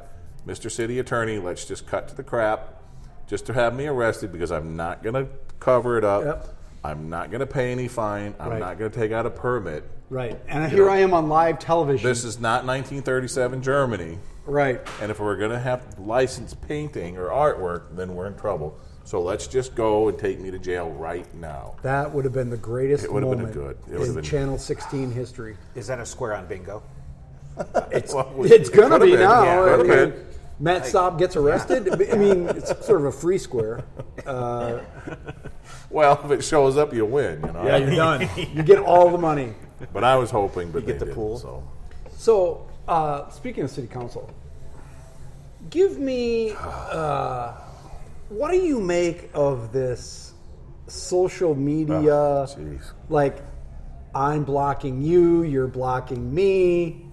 D: Mr. City Attorney. Let's just cut to the crap, just to have me arrested because I'm not going to cover it up.
B: Yep.
D: I'm not going to pay any fine. I'm
B: Right.
D: not going to take out a permit.
B: Right, and here I am on live television.
D: This is not 1937 Germany."
B: right,
D: And if we're going to have licensed painting or artwork, then we're in trouble. So let's just go and take me to jail right now.
B: that would have been the greatest
D: It would have been
B: moment
D: good. It would
B: in
D: have been-
B: Channel 16 history.
C: Is that a square on bingo?
D: It's,
B: It's gonna be now. I
C: Yeah,
D: could have
B: mean,
D: been.
B: Matt Staub gets arrested. I mean, it's sort of a free square.
D: Well, if it shows up, you win. You know.
B: Yeah, you're done. You get all the money.
D: But I was hoping, but you
C: get the pool.
D: So
B: So, uh, speaking of city council, give me uh, what do you make of this social media?
D: Oh, jeez.
B: like, I'm blocking you, you're blocking me.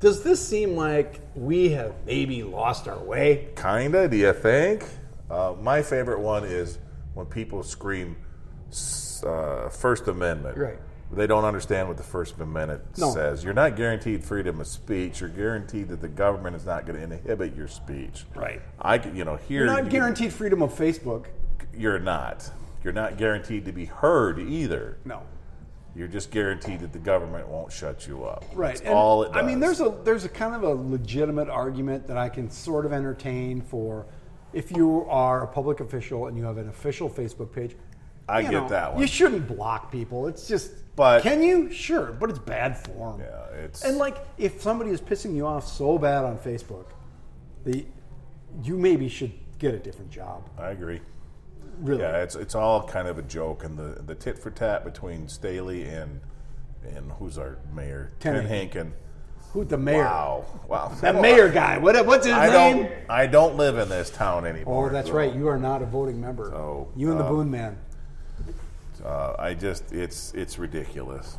B: Does this seem like we have maybe lost our way?
D: kinda. Do you think? Uh, my favorite one is when people scream s- uh, First Amendment.
B: Right.
D: They don't understand what the First Amendment
B: No.
D: says. You're not guaranteed freedom of speech. You're guaranteed that the government is not going to inhibit your speech.
B: Right.
D: I could, you know, here
B: You're
D: you
B: not
D: could-
B: guaranteed freedom of Facebook.
D: you're not. You're not guaranteed to be heard either.
B: No.
D: You're just guaranteed that the government won't shut you up.
B: Right.
D: That's
B: and
D: all it does.
B: I mean, there's a there's a kind of a legitimate argument that I can sort of entertain for if you are a public official and you have an official Facebook page.
D: I
B: you
D: get that one.
B: You shouldn't block people. It's just.
D: But-
B: can you? Sure, but it's bad form.
D: Yeah, it's-
B: And like, if somebody is pissing you off so bad on Facebook, the you maybe should get a different job.
D: I agree.
B: Really.
D: Yeah, it's it's all kind of a joke, and the the tit for tat between Staley and and who's our mayor,
B: Ken
D: Ken Hankin.
B: Who the mayor?
D: Wow, wow,
B: That mayor guy. What, what's his
D: I
B: name?
D: don't I don't live in this town
B: Oh,
D: anymore.
B: that's
D: so,
B: right. You are not a voting member.
D: So,
B: you and the
D: uh,
B: Boone Man.
D: Uh, I just it's it's ridiculous.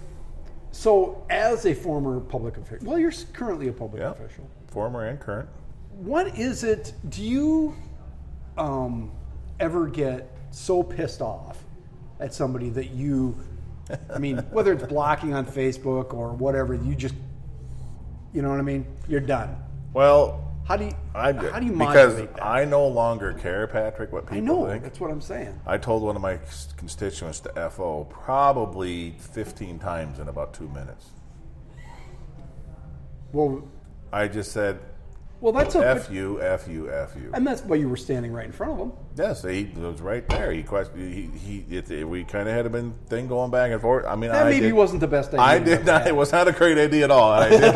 B: So, as a former public official, well, you're s- currently a public
D: Yeah,
B: official.
D: former and current.
B: What is it? Do you um, ever get so pissed off at somebody that you, I mean, whether it's blocking on Facebook or whatever, you just, you know what I mean? You're done.
D: Well,
B: How do you?
D: I did
B: how do you
D: because
B: modulate that?
D: I no longer care, Patrick. What people
B: I know
D: think.
B: that's what I'm saying.
D: I told one of my s- constituents to FO probably 15 times in about two minutes.
B: Well,
D: I just said,
B: well, that's a,
D: F you, F you, F you.
B: and that's why you were standing right in front of them.
D: Yes, he was right there. He questioned. He, he it, it- we kind of had a been thing going back and forth. I mean,
B: That
D: I
B: maybe
D: did,
B: wasn't the best idea.
D: I
B: you
D: did
B: ever
D: not.
B: had.
D: It was not a great idea at all. And I did.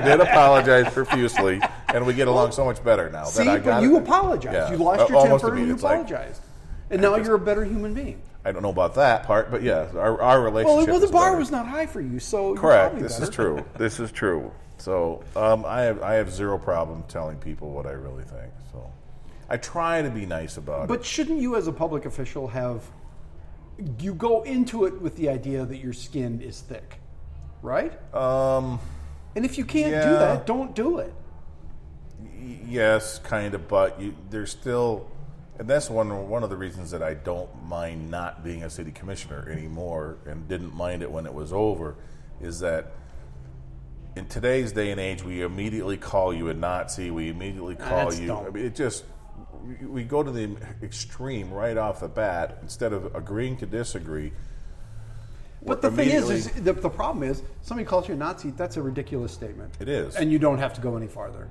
D: did apologize profusely, and we get along so much better now.
B: See,
D: that I
B: but
D: got
B: you
D: it.
B: apologized.
D: Yeah, Uh,
B: You lost your
D: almost
B: temper and you
D: immediate. It's like,
B: apologized. and now you're a better human being.
D: I don't know about that part, but yeah, our, our relationship.
B: Well, it, well the
D: is
B: bar
D: better.
B: was not high for you, so You're
D: Correct.
B: probably
D: This
B: better.
D: is true. This is true. So um, I have I have zero problem telling people what I really think. So I try to be nice about
B: But
D: it.
B: shouldn't you, as a public official, have you go into it with the idea that your skin is thick, right?
D: Um,
B: And if you can't do
D: yeah.
B: that, don't do it.
D: y- yes, kind of. But you, there's still, and that's one one of the reasons that I don't mind not being a city commissioner anymore, and didn't mind it when it was over, is that. In today's day and age, we immediately call you a Nazi. We immediately call
B: that's
D: you.
B: dumb.
D: I mean, it just we- we go to the extreme right off the bat instead of agreeing to disagree.
B: But the thing is, is
D: immediately-
B: the, the problem is somebody calls you a Nazi. That's a ridiculous statement.
D: It is.
B: and you don't have to go any farther.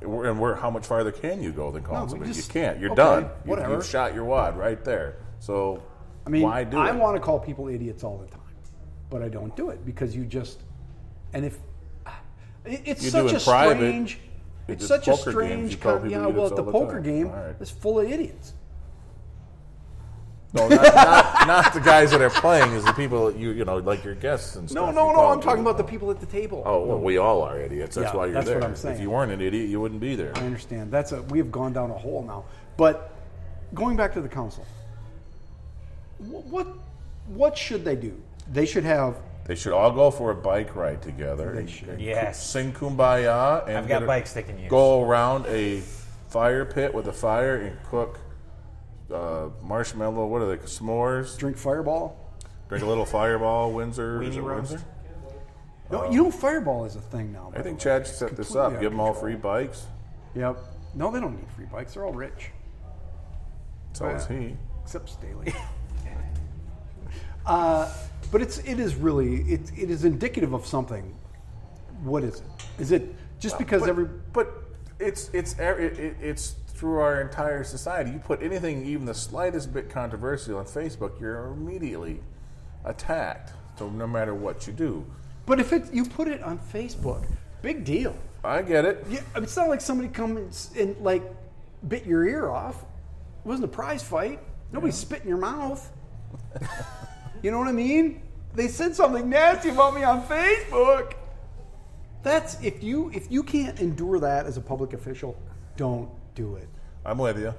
D: We're- And where, how much farther can you go than calling
B: No, we
D: somebody?
B: just-
D: you can't. You're
B: okay,
D: done. You-
B: whatever.
D: You've shot your wad right there. So
B: I mean,
D: why do
B: I
D: it?
B: want to call people idiots all the time, but I don't do it because you just and if it- it's
D: You do
B: such
D: in
B: a
D: private.
B: strange,
D: At
B: it's
D: the
B: such a
D: poker games,
B: strange.
D: you call
B: con-
D: people
B: yeah,
D: idiots
B: well, at the
D: all the
B: poker
D: time.
B: game,
D: All right.
B: it's full of idiots.
D: No, not, not, not the guys that are playing. Is the people that you you know like your guests and
B: No,
D: stuff.
B: no,
D: You
B: no.
D: call
B: I'm talking
D: them.
B: about the people at the table.
D: Oh well, we all are idiots. That's
B: Yeah,
D: why you're
B: that's what
D: there.
B: I'm saying.
D: If you weren't an idiot, you wouldn't be there.
B: I understand. That's a we have gone down a hole now. But going back to the council, wh- what what should they do? They should have.
D: They should all go for a bike ride together. and-
B: should.
D: and
C: Yes.
D: Sing kumbaya. And
C: I've got
D: get a-
C: bikes they can use.
D: Go around a fire pit with a fire and cook uh, marshmallow. What are they? S'mores.
B: Drink Fireball.
D: Drink a little Fireball, Windsor. is
C: Weenie
D: it
C: Rose?
D: Windsor? Oh.
B: No, you know Fireball is a thing now.
D: I think Chad should set this
B: Completely
D: up.
B: out
D: Give
B: of
D: them all
B: control.
D: free bikes.
B: Yep. No, they don't need free bikes. They're all rich,
D: So is he.
B: except Staley. uh, but it's it is really it, it is indicative of something. What is it? Is it just because
D: but,
B: every
D: but it's it's every- it, it, it's through our entire society. You put anything even the slightest bit controversial on Facebook, you're immediately attacked. So no matter what you do,
B: but if it you put it on Facebook, big deal.
D: I get it.
B: Yeah, it's not like somebody come and, s- and like bit your ear off. It wasn't a prize fight. Nobody spit in your mouth. you know what I mean? They said something nasty about me on Facebook. That's if you if you can't endure that as a public official, don't do it
D: I'm with you.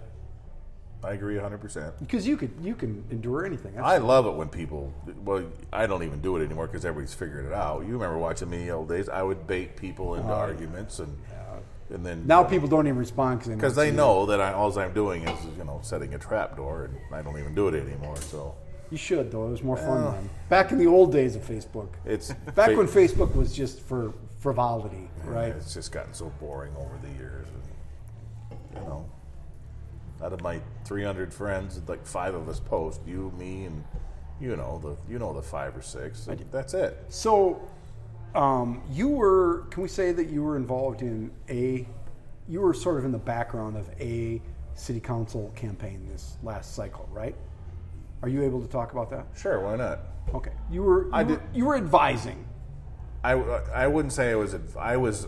D: I agree 100. percent
B: because you could you can endure anything. That's-
D: I love it when people. Well, I don't even do it anymore because everybody's figured it out. You remember watching me old days? I would bait people into arguments and and then
B: Uh-huh. now people don't even respond because they
D: because they know that I, all I'm doing is you know setting a trap door, and I don't even do it anymore. So
B: you should though. It was more fun then. Back in the old days of Facebook.
D: it's
B: Back
D: fa-
B: when Facebook was just for frivolity, right?
D: It's just gotten so boring over the years, and you know, out of my 300 friends, like five of us post. You, me, and you know the you know the five or six. and That's it.
B: So, um, you were. Can we say that you were involved in a? You were sort of in the background of a city council campaign this last cycle, right? Are you able to talk about that?
D: Sure, why not?
B: Okay, you were. You
D: I
B: were,
D: did-
B: You were advising.
D: I, I wouldn't say I was adv- I was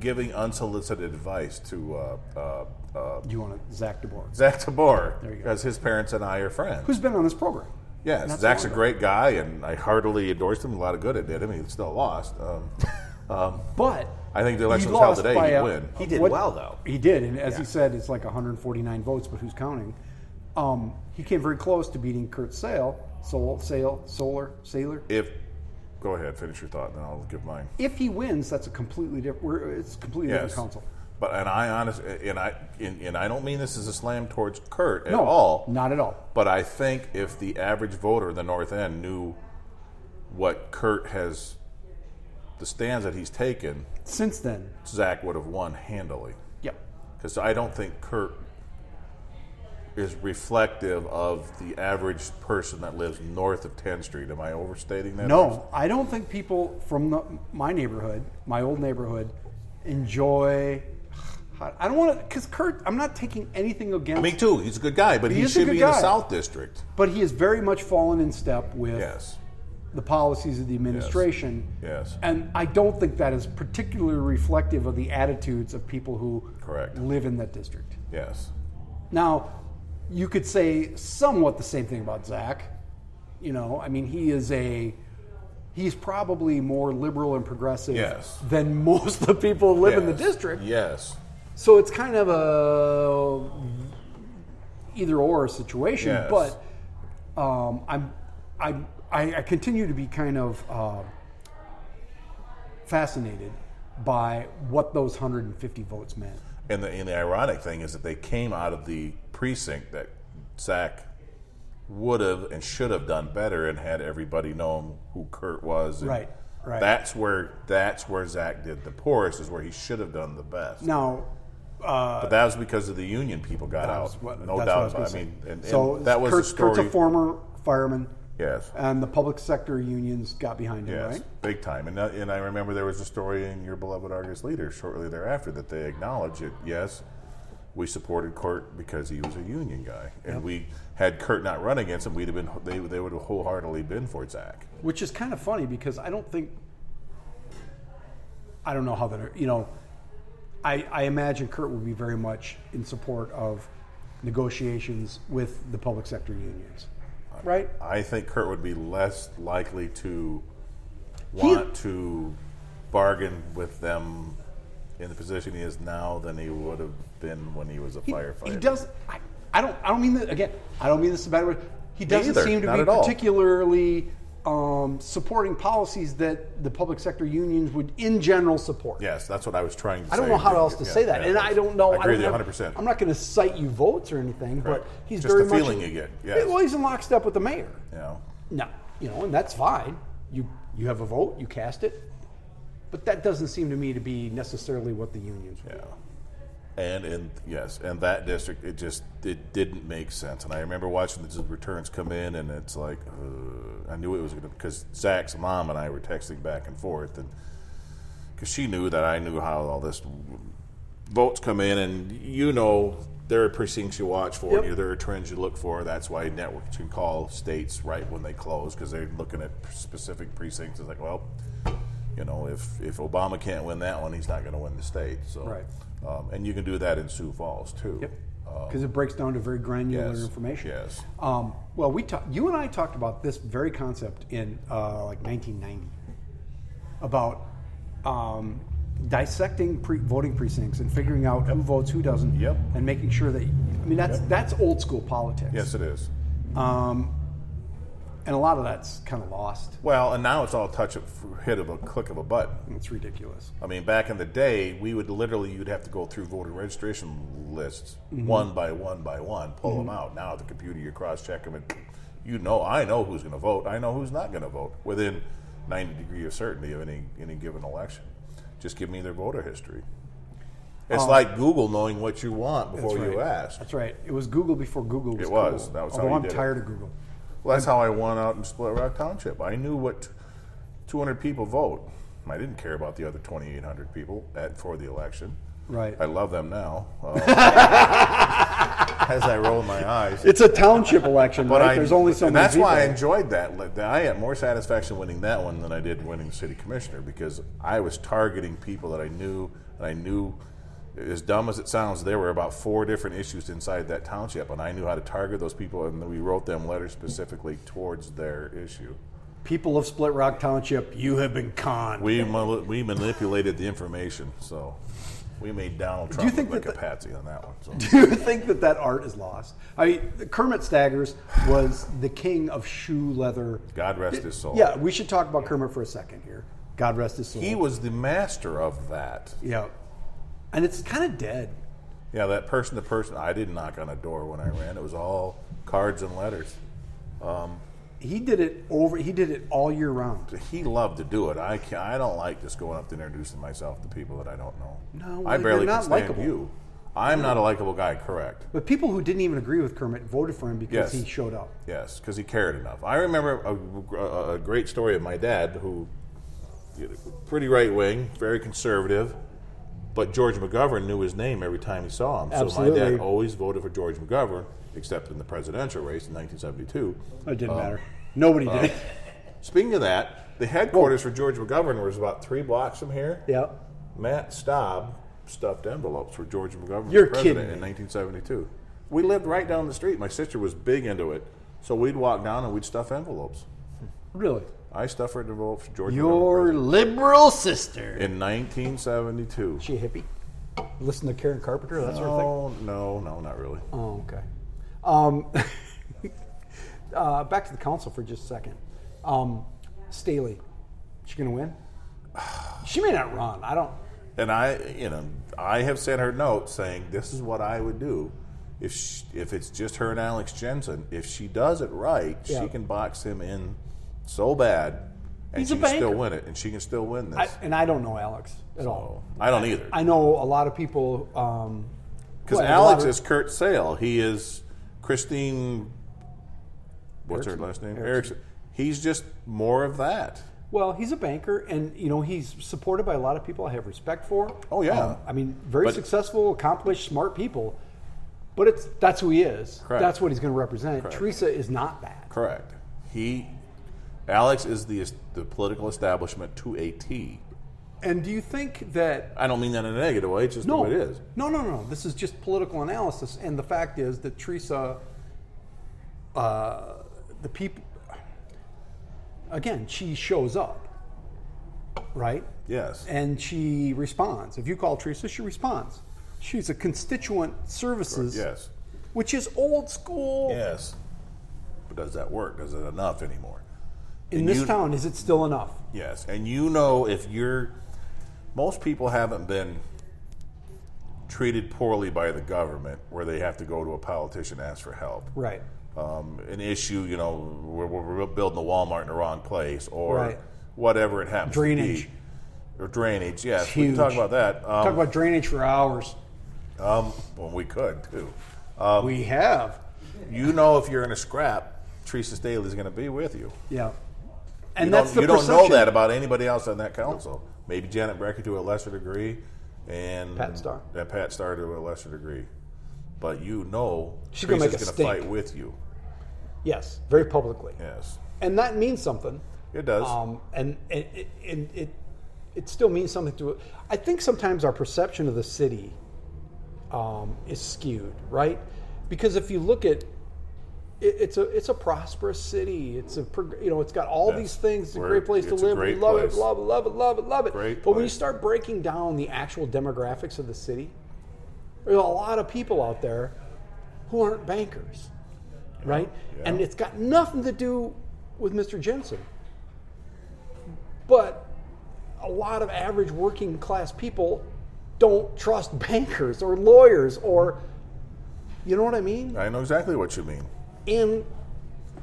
D: giving unsolicited advice to uh, uh, uh,
B: You want to Zach DeBoer,
D: Zach Tabor
B: you go.
D: because his parents and I are friends.
B: who's been on this program.
D: Yes,
B: Not so
D: Zach's a
B: long ago.
D: great guy, and I heartily endorsed him. A lot of good it did him. He still lost. Um, um,
B: But
D: I think the election
B: he
D: was held
B: lost
D: today.
B: by
D: He'd
B: a-
D: win.
C: He did well, though.
B: He did, and as he said, it's like 149 votes, but who's counting? Um, he came very close to beating Kurt Sale, Sol, Sale, Solar, Sailor.
D: If go ahead, finish your thought, and then I'll give mine.
B: If he wins, that's a completely different. It's a completely
D: Yes.
B: different council.
D: But and I honestly and I and, and I don't mean this as a slam towards Kurt at
B: no,
D: all.
B: not at all.
D: But I think if the average voter in the North End knew what Kurt has, the stands that he's taken,
B: Since then,
D: Zach would have won handily.
B: yeah,
D: Because I don't think Kurt is reflective of the average person that lives north of 10th Street. Am I overstating that?
B: no, I don't think people from the, my neighborhood, my old neighborhood, enjoy. I don't want to, because Kurt, I'm not taking anything against.
D: Me too. He's a good guy, but
B: He
D: he,
B: is a
D: should
B: good
D: be in
B: guy.
D: the South District.
B: but he has very much fallen in step with
D: Yes.
B: the policies of the administration.
D: Yes.
B: And I don't think that is particularly reflective of the attitudes of people who
D: Correct.
B: live in that district.
D: Yes.
B: Now, you could say somewhat the same thing about Zach. You know, I mean, he is a he's probably more liberal and progressive
D: Yes.
B: than most of the people who live in the
D: Yes.
B: district.
D: Yes.
B: So it's kind of a either or situation.
D: Yes.
B: But um, I'm I, I I continue to be kind of uh, fascinated by what those 150 votes meant.
D: And the, and the ironic thing is that they came out of the precinct that Zach would have and should have done better and had everybody know who Kurt was. and
B: Right, right.
D: That's where that's where Zach did the poorest is where he should have done the best.
B: Now,
D: but that was because of the union people got out.
B: that's what-
D: no
B: that's
D: doubt
B: what I
D: about
B: uh, was
D: it. I
B: gonna
D: mean,
B: say.
D: and, and
B: so
D: that was
B: Kurt,
D: the story.
B: Kurt's a former fireman,
D: yes.
B: and the public sector unions got behind him,
D: Yes,
B: right?
D: big time. And, that- and I remember there was a story in your beloved Argus Leader shortly thereafter that they acknowledged it. Yes, we supported Kurt because he was a union guy, and we had Kurt not run against him, we'd have been they they would have wholeheartedly been for Zach.
B: Which is kind of funny because I don't think I don't know how that you know I, I imagine Kurt would be very much in support of negotiations with the public sector unions, right?
D: I think Kurt would be less likely to want to bargain with them in the position he is now than he would have been when he was a firefighter.
B: He does. I, I don't. I don't mean that again. I don't mean this in a bad way. He doesn't
D: either,
B: seem to
D: not
B: be
D: at all.
B: particularly um, supporting policies that the public sector unions would, in general, support.
D: Yes, that's what I was trying to
B: I
D: say.
B: don't know how else to
D: Yeah,
B: say that,
D: yeah.
B: and I don't know.
D: I agree
B: don't
D: with you
B: have-
D: 100%.
B: I'm not going to cite you votes or anything, but
D: Correct.
B: he's
D: Just
B: very
D: the
B: much
D: feeling
B: in-
D: you get, yes.
B: Well, he's in lockstep with the mayor.
D: Yeah.
B: No, you know, and that's fine. You you have a vote, you cast it, but that doesn't seem to me to be necessarily what the unions. would
D: Yeah. And in yes, and that district, it just it didn't make sense. And I remember watching the returns come in, and it's like uh, I knew it was going to because Zach's mom and I were texting back and forth, and because she knew that I knew how all this votes come in, and you know there are precincts you watch for,
B: Yep.
D: and there are trends you look for. That's why networks can call states right when they close because they're looking at specific precincts. It's like, well, you know, if if Obama can't win that one, he's not going to win the state. So,
B: Right.
D: um, and you can do that in Sioux Falls too.
B: Yep. Because it breaks down to very granular
D: Uh, Yes.
B: information.
D: Yes.
B: Um, well, we talk, you and I talked about this very concept in uh, like 1990 about um, dissecting pre- voting precincts and figuring out who votes, who doesn't,
D: Yep.
B: and making sure that. I mean, that's that's old school politics.
D: Yes, it is.
B: Um, and a lot of that's kind of lost.
D: Well, and now it's all touch of hit of a click of a button.
B: It's ridiculous.
D: I mean, back in the day, we would literally you'd have to go through voter registration lists
B: Mm-hmm.
D: one by one by one, pull them out. Now at the computer, you cross check them, and you know, I know who's going to vote. I know who's not going to vote within ninety degree of certainty of any any given election. Just give me their voter history. It's like Google knowing what you want before you
B: right.
D: ask.
B: Um, That's right. It was Google before Google was
D: It was.
B: cool.
D: That was how
B: Although
D: you
B: I'm
D: did it.
B: tired of Google.
D: Well, that's how I won out in Split Rock Township. I knew what 200 people vote. I didn't care about the other 2,800 people at, for the election.
B: Right.
D: I love them now. Uh, as I roll my eyes.
B: It's a township election,
D: But
B: right?
D: I,
B: There's only so
D: and
B: many
D: that's
B: people.
D: why I enjoyed that. Like, I had more satisfaction winning that one than I did winning city commissioner because I was targeting people that I knew, and I knew, as dumb as it sounds, there were about four different issues inside that township, and I knew how to target those people, and we wrote them letters specifically towards their issue.
B: People of Split Rock Township, you have been conned.
D: We mul- we manipulated the information, so we made Donald Trump
B: you think
D: look
B: that
D: like a patsy on that one. So.
B: Do you think that that art is lost? I mean, Kermit Staggers was the king of shoe leather.
D: God rest his soul.
B: Yeah, we should talk about Kermit for a second here. God rest his soul.
D: He was the master of that.
B: yeah, and it's kind of dead.
D: Yeah, that person to person. I didn't knock on a door when I ran. It was all cards and letters.
B: He did it over. He did it all year round.
D: He loved to do it. I can I don't like just going up to introducing myself to people that I don't know.
B: No, well,
D: I
B: you're
D: barely
B: not
D: can stand
B: likable.
D: you. I'm not a likable guy. Correct.
B: But people who didn't even agree with Kermit voted for him because
D: Yes.
B: he showed up.
D: Yes, because he cared enough. I remember a, a, a great story of my dad, who you know, pretty right wing, very conservative, but George McGovern knew his name every time he saw him. So my
B: Absolutely.
D: dad always voted for George McGovern, except in the presidential race in 1972.
B: It didn't matter. Nobody
D: Oh.
B: did.
D: Speaking of that, the headquarters for George McGovern was about three blocks from here.
B: yeah.
D: Matt Staub stuffed envelopes for George McGovern
B: You're
D: for president
B: kidding
D: in 1972. We lived right down the street. My sister was big into it, so we'd walk down and we'd stuff envelopes.
B: Really.
D: I stuffed her envelopes for George McGovern
B: Your
D: president
B: liberal sister.
D: in 1972.
B: She a hippie? Listen to Karen Carpenter, that sort of thing.
D: No, Oh, no, no, not really.
B: Oh, okay. Um, uh, back to the council for just a second. Um, Staley, she gonna win? She may not run. I don't.
D: And I, you know, I have sent her notes saying this is what I would do if sh if it's just her and Alex Jensen. If she does it right,
B: Yeah.
D: she can box him in so bad, and
B: He's
D: she
B: a
D: can still
B: banker.
D: win it, and she can still win this. Oh,
B: I, and I don't know Alex at all.
D: I don't either
B: I know a lot of people. Um,
D: because
B: well, a lot
D: Alex
B: of-
D: is Kurt Sale. He is Christine. What's her last name? Erickson. He's just more of that.
B: Well, he's a banker, and you know he's supported by a lot of people I have respect for. Um,
D: Oh, yeah.
B: I mean, very
D: But-
B: successful, accomplished, smart people. But it's that's who he is.
D: Correct.
B: That's what he's going to represent. Teresa is not that.
D: Correct. He, Alex is the the political establishment to a T.
B: And do you think that
D: I don't mean that in a negative way. It's just
B: no,
D: the way it is.
B: no, no, no? This is just political analysis, and the fact is that Teresa, uh, the people, again, she shows up, right?
D: Yes.
B: and she responds. If you call Teresa, she responds. She's a constituent services,
D: yes.
B: which is old school.
D: Yes. But does that work? Does it enough anymore?
B: In
D: And
B: this
D: you-
B: town, is it still enough?
D: Yes. And you know if you're most people haven't been treated poorly by the government where they have to go to a politician and ask for help.
B: Right.
D: Um, an issue, you know, we're, we're building a Walmart in the wrong place or
B: Right.
D: whatever it happens
B: Drainage.
D: to be. Or drainage, yes.
B: It's
D: We can talk
B: huge.
D: about that. Um,
B: Talk about drainage for hours.
D: um, well, we could too. Um,
B: we have.
D: You know if you're in a scrap, Teresa Staley is going to be with you.
B: Yeah. And
D: you
B: that's
D: don't,
B: the
D: you don't know
B: perception.
D: that about anybody else on that council. Maybe Janet Brecker to a lesser degree, and
B: Pat Starr.
D: Yeah, Pat Starr to a lesser degree, but you know
B: She's gonna make
D: Teresa's
B: a
D: gonna
B: stink.
D: fight with you.
B: Yes, very publicly.
D: Yes,
B: And that means something.
D: it does.
B: Um, and and it, and it it still means something to. I think sometimes our perception of the city um, is skewed, right? Because if you look at it, it's a it's a prosperous city. It's a prog- you know it's got all
D: Yes.
B: these things. It's a
D: We're-
B: great place to
D: it's a
B: live. We
D: great
B: love it,
D: place.
B: love it, love it, love it, love it.
D: Great
B: but when you
D: place.
B: start breaking down the actual demographics of the city, there's a lot of people out there who aren't bankers, right?
D: yeah.
B: And it's got nothing to do with Mr. Jensen. But a lot of average working class people don't trust bankers or lawyers or, you know what I mean?
D: I know exactly what you mean.
B: And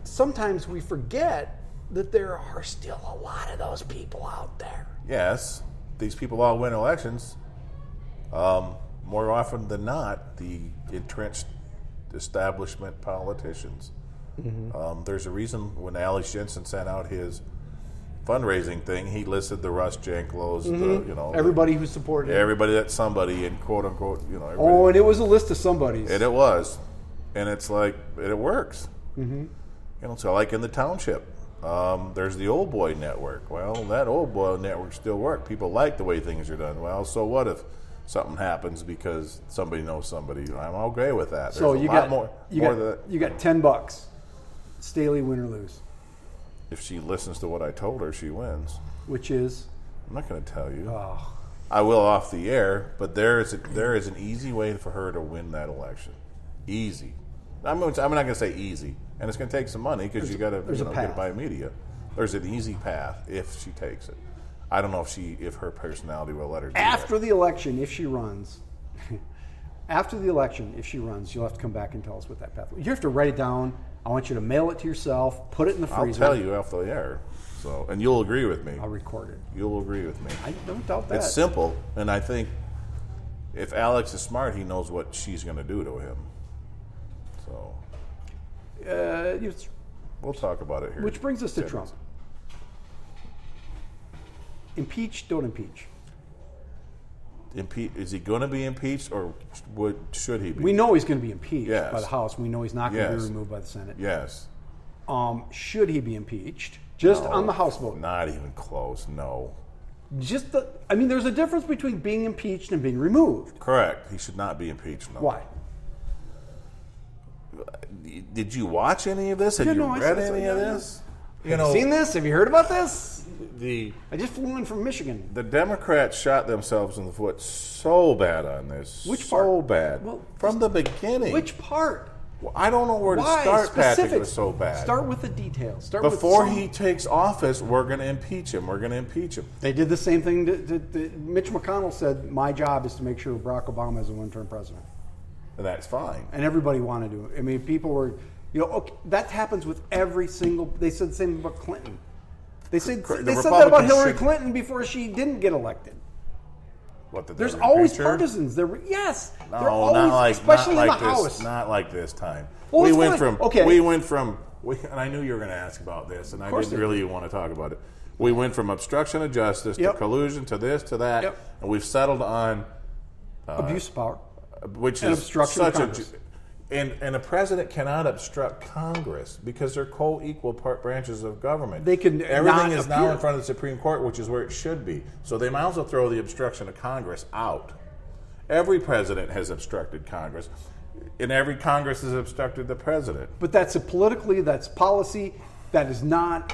B: sometimes we forget that there are still a lot of those people out there.
D: Yes, these people all win elections. Um, more often than not, the entrenched establishment politicians. Um, there's a reason when Alex Jensen sent out his fundraising thing, he listed the Russ Janklows, the you know the-
B: Everybody who supported it.
D: everybody that's somebody, and quote unquote, you know. everybody-
B: Oh, and it was a list of somebody's.
D: and it was, and it's like and it works. Mm-hmm. You know, so like in the township, um, there's the old boy network. Well, that old boy network still works. People like the way things are done. Well, so what if something happens because somebody knows somebody? I'm okay with that.
B: so
D: There's
B: you
D: a lot
B: got
D: more.
B: you
D: more
B: got
D: than that.
B: you got ten bucks. Staley win or lose,
D: If she listens to what I told her, she wins.
B: which is
D: I'm not going to tell you.
B: oh,
D: I will off the air, but there is a, there is an easy way for her to win that election. Easy. I'm, I'm not going to say easy, and it's going to take some money because you got to
B: there's
D: you
B: a
D: know, get
B: path.
D: it by media. There's an easy path if she takes it. I don't know if she if her personality will let her. Do
B: after
D: that.
B: the election if she runs. after the election if she runs, you'll have to come back and tell us what that path. You have to write it down. I want you to mail it to yourself. Put it in the
D: I'll
B: freezer.
D: tell you off the air. So, and you'll agree with me.
B: I'll record it.
D: You'll agree with me.
B: I don't doubt that.
D: It's simple, and I think if Alex is smart, he knows what she's going to do to him. So
B: Uh, it's-
D: we'll talk about it here.
B: which brings us to
D: Dennis.
B: Trump. Impeach, don't impeach.
D: impe- is he going to be impeached or would should he be?
B: We know he's going to be impeached
D: Yes.
B: by the House. We know he's not going to
D: Yes.
B: be removed by the Senate.
D: yes.
B: Um, should he be impeached? Just on the House vote.
D: Not even close. No.
B: Just the. I mean, there's a difference between being impeached and being removed.
D: Correct. He should not be impeached. No.
B: Why?
D: Did you watch any of this? Have
B: Yeah,
D: you
B: no, I
D: read
B: saw-
D: any
B: yeah,
D: of
B: yeah.
D: this? You know,
B: Seen this? Have you heard about this?
D: the
B: I just flew in from Michigan.
D: the Democrats shot themselves in the foot so bad on this.
B: Which
D: so
B: part?
D: bad?
B: Well,
D: From the beginning.
B: Which part?
D: Well, I don't know where
B: Why?
D: to start. Patrick it
B: Specifics.
D: was so bad.
B: Start with the details. Start with
D: before
B: some-
D: he takes office, we're going to impeach him. We're going to impeach him.
B: They did the same thing that, that, that Mitch McConnell said. My job is to make sure Barack Obama is a one-term president,
D: And that's fine.
B: and everybody wanted to. I mean, people were, you know, okay, that happens with every single. They said the same about Clinton. They said
D: Correct.
B: they
D: The
B: said that about
D: Republicans
B: Hillary
D: should-
B: Clinton before she didn't get elected.
D: What, that
B: There's
D: they're gonna
B: always
D: impeach her?
B: partisans. There, were- yes,
D: No,
B: they're always,
D: not like
B: especially
D: not like
B: in the
D: this,
B: House.
D: Not like this time.
B: Well,
D: we
B: it's
D: went
B: fine.
D: from
B: Okay.
D: We went from. We, and I knew you were going to ask about this, and I
B: course
D: didn't
B: they
D: really want to talk about it. We went from obstruction of justice
B: Yep.
D: to collusion to this to that,
B: Yep.
D: and we've settled on
B: Abuse of power.
D: which
B: And
D: is
B: obstruction of
D: such a.
B: Congress.
D: ju- And, and a president cannot obstruct Congress because they're co-equal part branches of government.
B: They can
D: everything
B: not
D: is now
B: appear.
D: in front of the Supreme Court, which is where it should be. So they might as well throw the obstruction of Congress out. Every president has obstructed Congress, and every Congress has obstructed the president.
B: But that's a politically, that's policy, that is not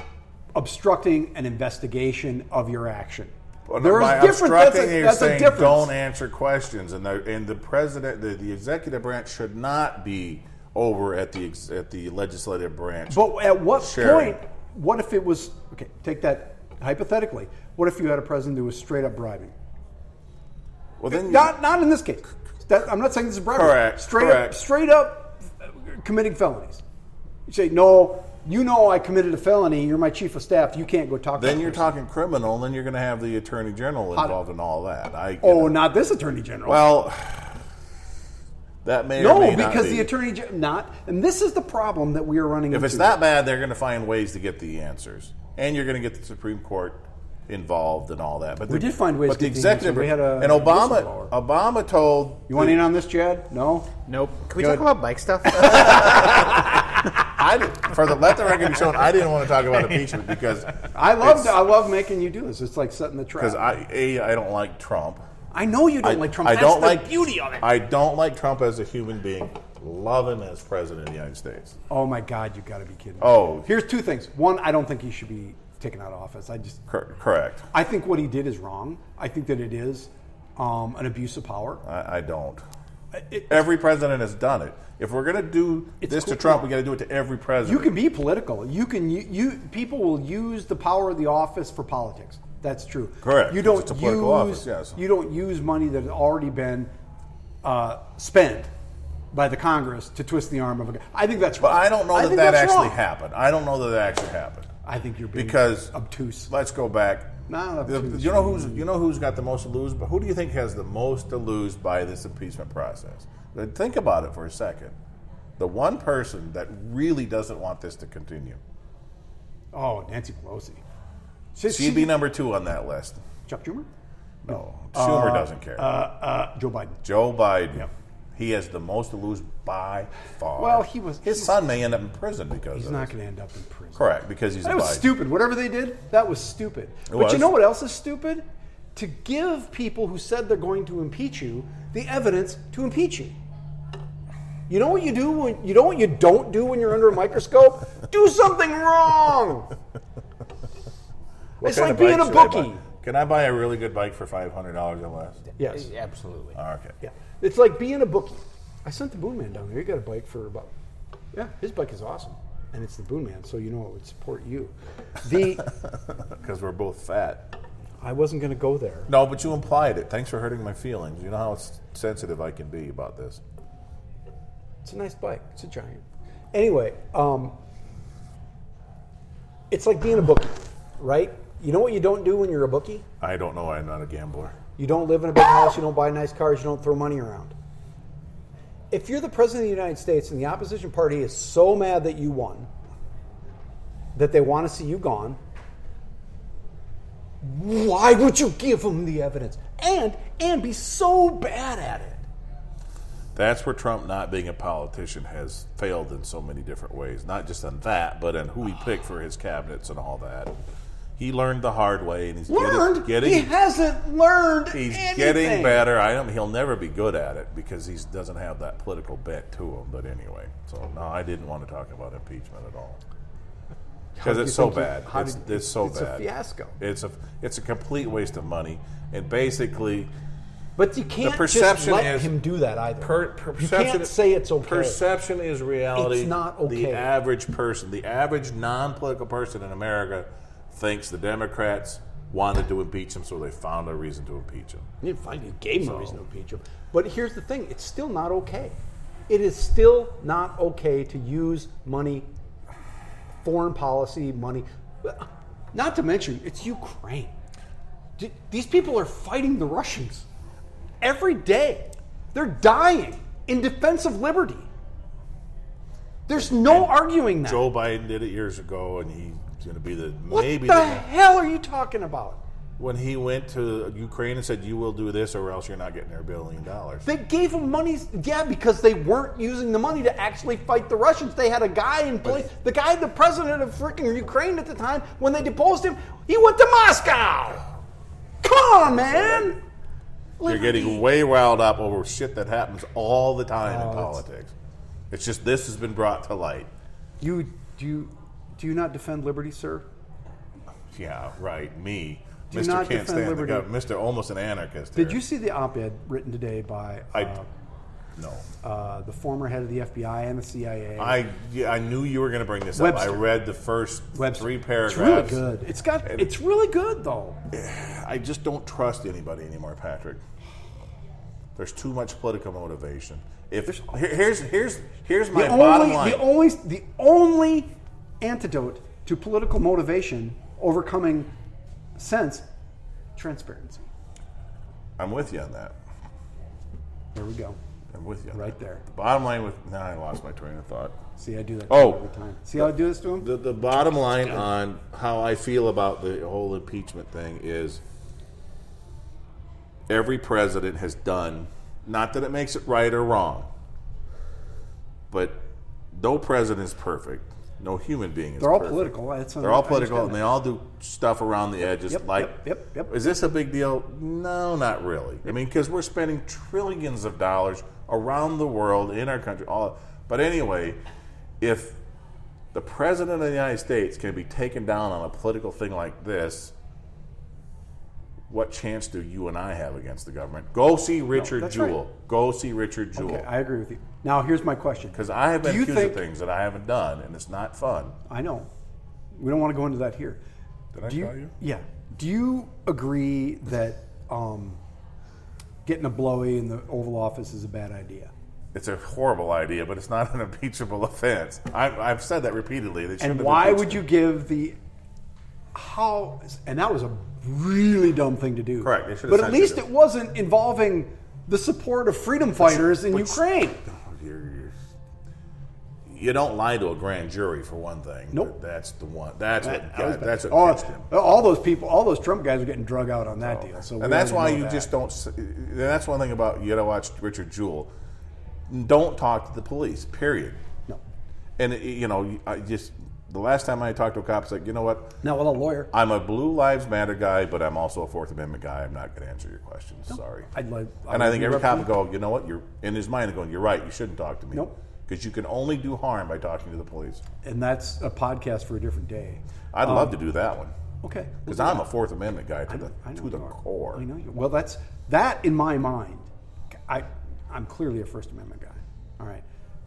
B: obstructing an investigation of your action.
D: But
B: There is
D: by
B: difference. That's a,
D: obstructing, you're
B: that's a
D: saying
B: difference.
D: don't answer questions, and the and the president, the, the executive branch should not be over at the ex, at the legislative branch.
B: but at what
D: Sharing.
B: point? What if it was okay? Take that hypothetically. What if you had a president who was straight up bribing?
D: well, then you-
B: Not not in this case. That, I'm not saying this is bribery.
D: Correct,
B: Straight up,
D: correct.
B: straight up uh, committing felonies. You say no. You know I committed a felony. You're my chief of staff. You can't go talk. to
D: Then
B: that
D: you're
B: person."
D: talking criminal, and then you're going to have the attorney general
B: How-
D: involved in all that. I
B: Oh, not this attorney general.
D: well, that may or
B: No,
D: may not
B: because
D: be.
B: the attorney gen- not, and this is the problem that we are running
D: If
B: into.
D: it's that bad, they're going to find ways to get the answers, and you're going to get the Supreme Court involved and all that. But
B: We did find ways
D: But
B: to
D: the
B: get the answers.
D: executive,
B: We had a-
D: and
B: a
D: Obama,
B: whistleblower.
D: Obama told
B: you want in on this, Jad? No.
C: Nope. Can we
B: Good.
C: talk about bike stuff?
D: I did, for the let the record be shown. I didn't want to talk about impeachment because
B: I love I love making you do this. It's like setting the trap.
D: because I a I don't like Trump.
B: I know you don't like Trump. That's
D: don't
B: the
D: like
B: beauty of it.
D: I don't like Trump as a human being. Love him as president of the United States.
B: oh my God, you got to be kidding. me.
D: Oh.
B: here's two things. One, I don't think he should be taken out of office. I just
D: Cor- correct.
B: I think what he did is wrong. I think that it is um, an abuse of power. Uh,
D: I, I don't.
B: It-
D: Every president has done it. If we're going to do
B: It's
D: this
B: cool-
D: to Trump, we got to do it to every
B: you
D: president.
B: can be political. You can you, you people will use the power of the office for politics. That's true.
D: Correct.
B: You don't
D: It's a
B: use
D: political office, yes.
B: you don't use money that has already been uh, spent by the Congress to twist the arm of a guy. I think that's.
D: but I don't know that that actually
B: happened.
D: happened. I don't know that that actually happened.
B: I think you're being
D: because
B: obtuse.
D: Let's go back.
B: No,
D: The-
B: obtuse.
D: you know who's you know who's got the most to lose, but who do you think has the most to lose by this impeachment process? Then Think about it for a second. The one person that really doesn't want this to continue,
B: Oh, Nancy Pelosi. She,
D: she'd be number two on that list.
B: Chuck Schumer,
D: No, Schumer doesn't care.
B: uh, Joe Biden.
D: Joe Biden,
B: yeah.
D: he has the most to lose by far.
B: Well, he was-
D: His
B: he's-
D: son may end up in prison because
B: He's
D: of
B: not
D: this.
B: going to end up in prison.
D: correct because he's a
B: That was
D: Biden.
B: stupid. Whatever they did, that was stupid. but
D: was.
B: you know what else is stupid? To give people who said they're going to impeach you the evidence to impeach you. You know what you do when you know what you don't do when you're under a microscope? do something wrong.
D: What
B: it's
D: kind
B: like
D: of
B: being
D: bike
B: a
D: should I buy?
B: bookie.
D: Can I buy a really good bike for five hundred dollars or less?
B: Yes.
C: Absolutely.
D: Okay.
B: Yeah. It's like being a bookie. I sent the Boon Man down there. He got a bike for about yeah, his bike is awesome. And it's the Boon Man, so you know it would support you. The
D: Because we're both fat.
B: I wasn't gonna go there.
D: No, but you implied it. Thanks for hurting my feelings. You know how s- sensitive I can be about this.
B: It's a nice bike. It's a giant. Anyway, um, it's like being a bookie, right? You know what you don't do when you're a bookie?
D: I don't know. I'm not a gambler.
B: You don't live in a big house. You don't buy nice cars. You don't throw money around. If you're the president of the United States and the opposition party is so mad that you won, that they want to see you gone, why would you give them the evidence and and be so bad at it?
D: That's where Trump not being a politician has failed in so many different ways. Not just on that, but on who he picked for his cabinets and all that. He learned the hard way, and he's getting-
B: Learned?
D: getting
B: he hasn't learned.
D: He's
B: anything.
D: getting better. I don't. He'll never be good at it because he doesn't have that political bent to him. But anyway, so no, I didn't want to talk about impeachment at all because
B: do
D: it's
B: you
D: so
B: think you-
D: bad.
B: how
D: it's,
B: did-
D: it's so
B: it's a
D: bad.
B: fiasco.
D: It's a it's a complete waste of money. And basically,
B: But you can't just
D: perception
B: let
D: is-
B: him do that either.
D: per, per-
B: you
D: perception,
B: can't say it's okay.
D: Perception is reality.
B: It's not okay.
D: The average person, the average non-political person in America, thinks the Democrats wanted to impeach him, so they found a reason to impeach him.
B: you find you gave him a reason to impeach him. But here's the thing: it's still not okay. It is still not okay to use money, foreign policy money. Not to mention, it's Ukraine. D- These people are fighting the Russians every day. They're dying in defense of liberty. There's no arguing that.
D: Joe Biden did it years ago, and he's going to be the
B: What
D: maybe
B: the,
D: the-
B: hell are you talking about?
D: when he went to Ukraine and said, "You will do this, or else you're not getting their billion dollars."
B: They gave them money, yeah, because they weren't using the money to actually fight the Russians. They had a guy in place, the guy, the president of freaking Ukraine at the time, when they deposed him, he went to Moscow. Come on, man.
D: you're getting way riled up over shit that happens all the time
B: Oh,
D: in politics. It's just this has been brought to light.
B: You do you do you not defend liberty, sir?
D: Yeah, right. Me,
B: Do
D: Mr.
B: not
D: Can't
B: defend
D: stand
B: liberty.
D: the government. Mr. Almost an anarchist.
B: Did
D: here.
B: you see the op-ed written today by
D: I
B: uh,
D: no.
B: uh, the former head of the FBI and the CIA?
D: I yeah, I knew you were going to bring this
B: Webster.
D: up. I read the first
B: Webster.
D: three
B: it's really
D: paragraphs.
B: good. It's got. It's really good though.
D: I just don't trust anybody anymore, Patrick. There's too much political motivation. If here- here's here's here's my
B: the
D: bottom
B: only,
D: line.
B: The only, the only antidote to political motivation overcoming sense, transparency.
D: I'm with you on that.
B: There we go.
D: I'm with you on
B: Right
D: that.
B: there.
D: The bottom line with now I lost my train of thought.
B: See, I do that
D: Oh.
B: every time. See how I do this to him?
D: The the bottom line on how I feel about the whole impeachment thing is every president has done. Not that it makes it right or wrong, but no president is perfect. No human being is.
B: They're all
D: perfect.
B: political. That's
D: They're all
B: I
D: political, and they
B: understand
D: all do stuff around the edges.
B: Yep,
D: like,
B: yep, yep, yep.
D: is this a big deal? No, not really. I mean, because we're spending trillions of dollars around the world in our country. All, but anyway, if the president of the United States can be taken down on a political thing like this, what chance do you and I have against the government? Go see Richard
B: that's right.
D: Jewell. Go see Richard Jewell.
B: that. Okay, I agree with you. Now, here's my question.
D: because I have been
B: Do you
D: accused
B: think-
D: of things that I haven't done, and it's not fun.
B: I know. We don't want to go into that here.
D: Did I
B: do
D: tell you?
B: Yeah. Do you agree that um, getting a blowy in the Oval Office is a bad idea?
D: It's a horrible idea, but it's not an impeachable offense. I, I've said that repeatedly. They shouldn't
B: And
D: have
B: why
D: impeached
B: would
D: him.
B: you give the how, and that was a really dumb thing to do.
D: Correct, they should have
B: But at
D: censored
B: least
D: it.
B: it wasn't involving the support of freedom fighters in
D: which-
B: Ukraine.
D: You're- you're- you don't lie to a grand jury for one thing.
B: Nope.
D: That's the one. That's what.
B: That- that was
D: Got,
B: bad.
D: that's what
B: all,
D: pitched him.
B: all those people, all those Trump guys are getting drug out on that deal. Oh, So we
D: and that's
B: already know
D: why you
B: that.
D: just don't. s- And that's one thing about you got to watch Richard Jewell. Don't talk to the police. Period.
B: No.
D: And it- you know, I just the last time I talked to a cop, it's like you know what?
B: Now, well, a lawyer,
D: I'm a Blue Lives Matter guy, but I'm also a Fourth Amendment guy. I'm not going to answer your questions. Sorry.
B: I'd like.
D: and I think
B: would
D: every cop would
B: interrupt
D: go, you know what? You're in his mind going, you're right. You shouldn't talk to me.
B: Nope.
D: Because you can only do harm by talking to the police.
B: you, and that's a podcast for a different day.
D: I'd love to do that one
B: Okay.
D: because I'm a Fourth Amendment guy to the
B: Um, I know
D: to the
B: you are.
D: core.
B: I know you. Well, that's that in my mind. I I'm clearly a First Amendment guy. All right,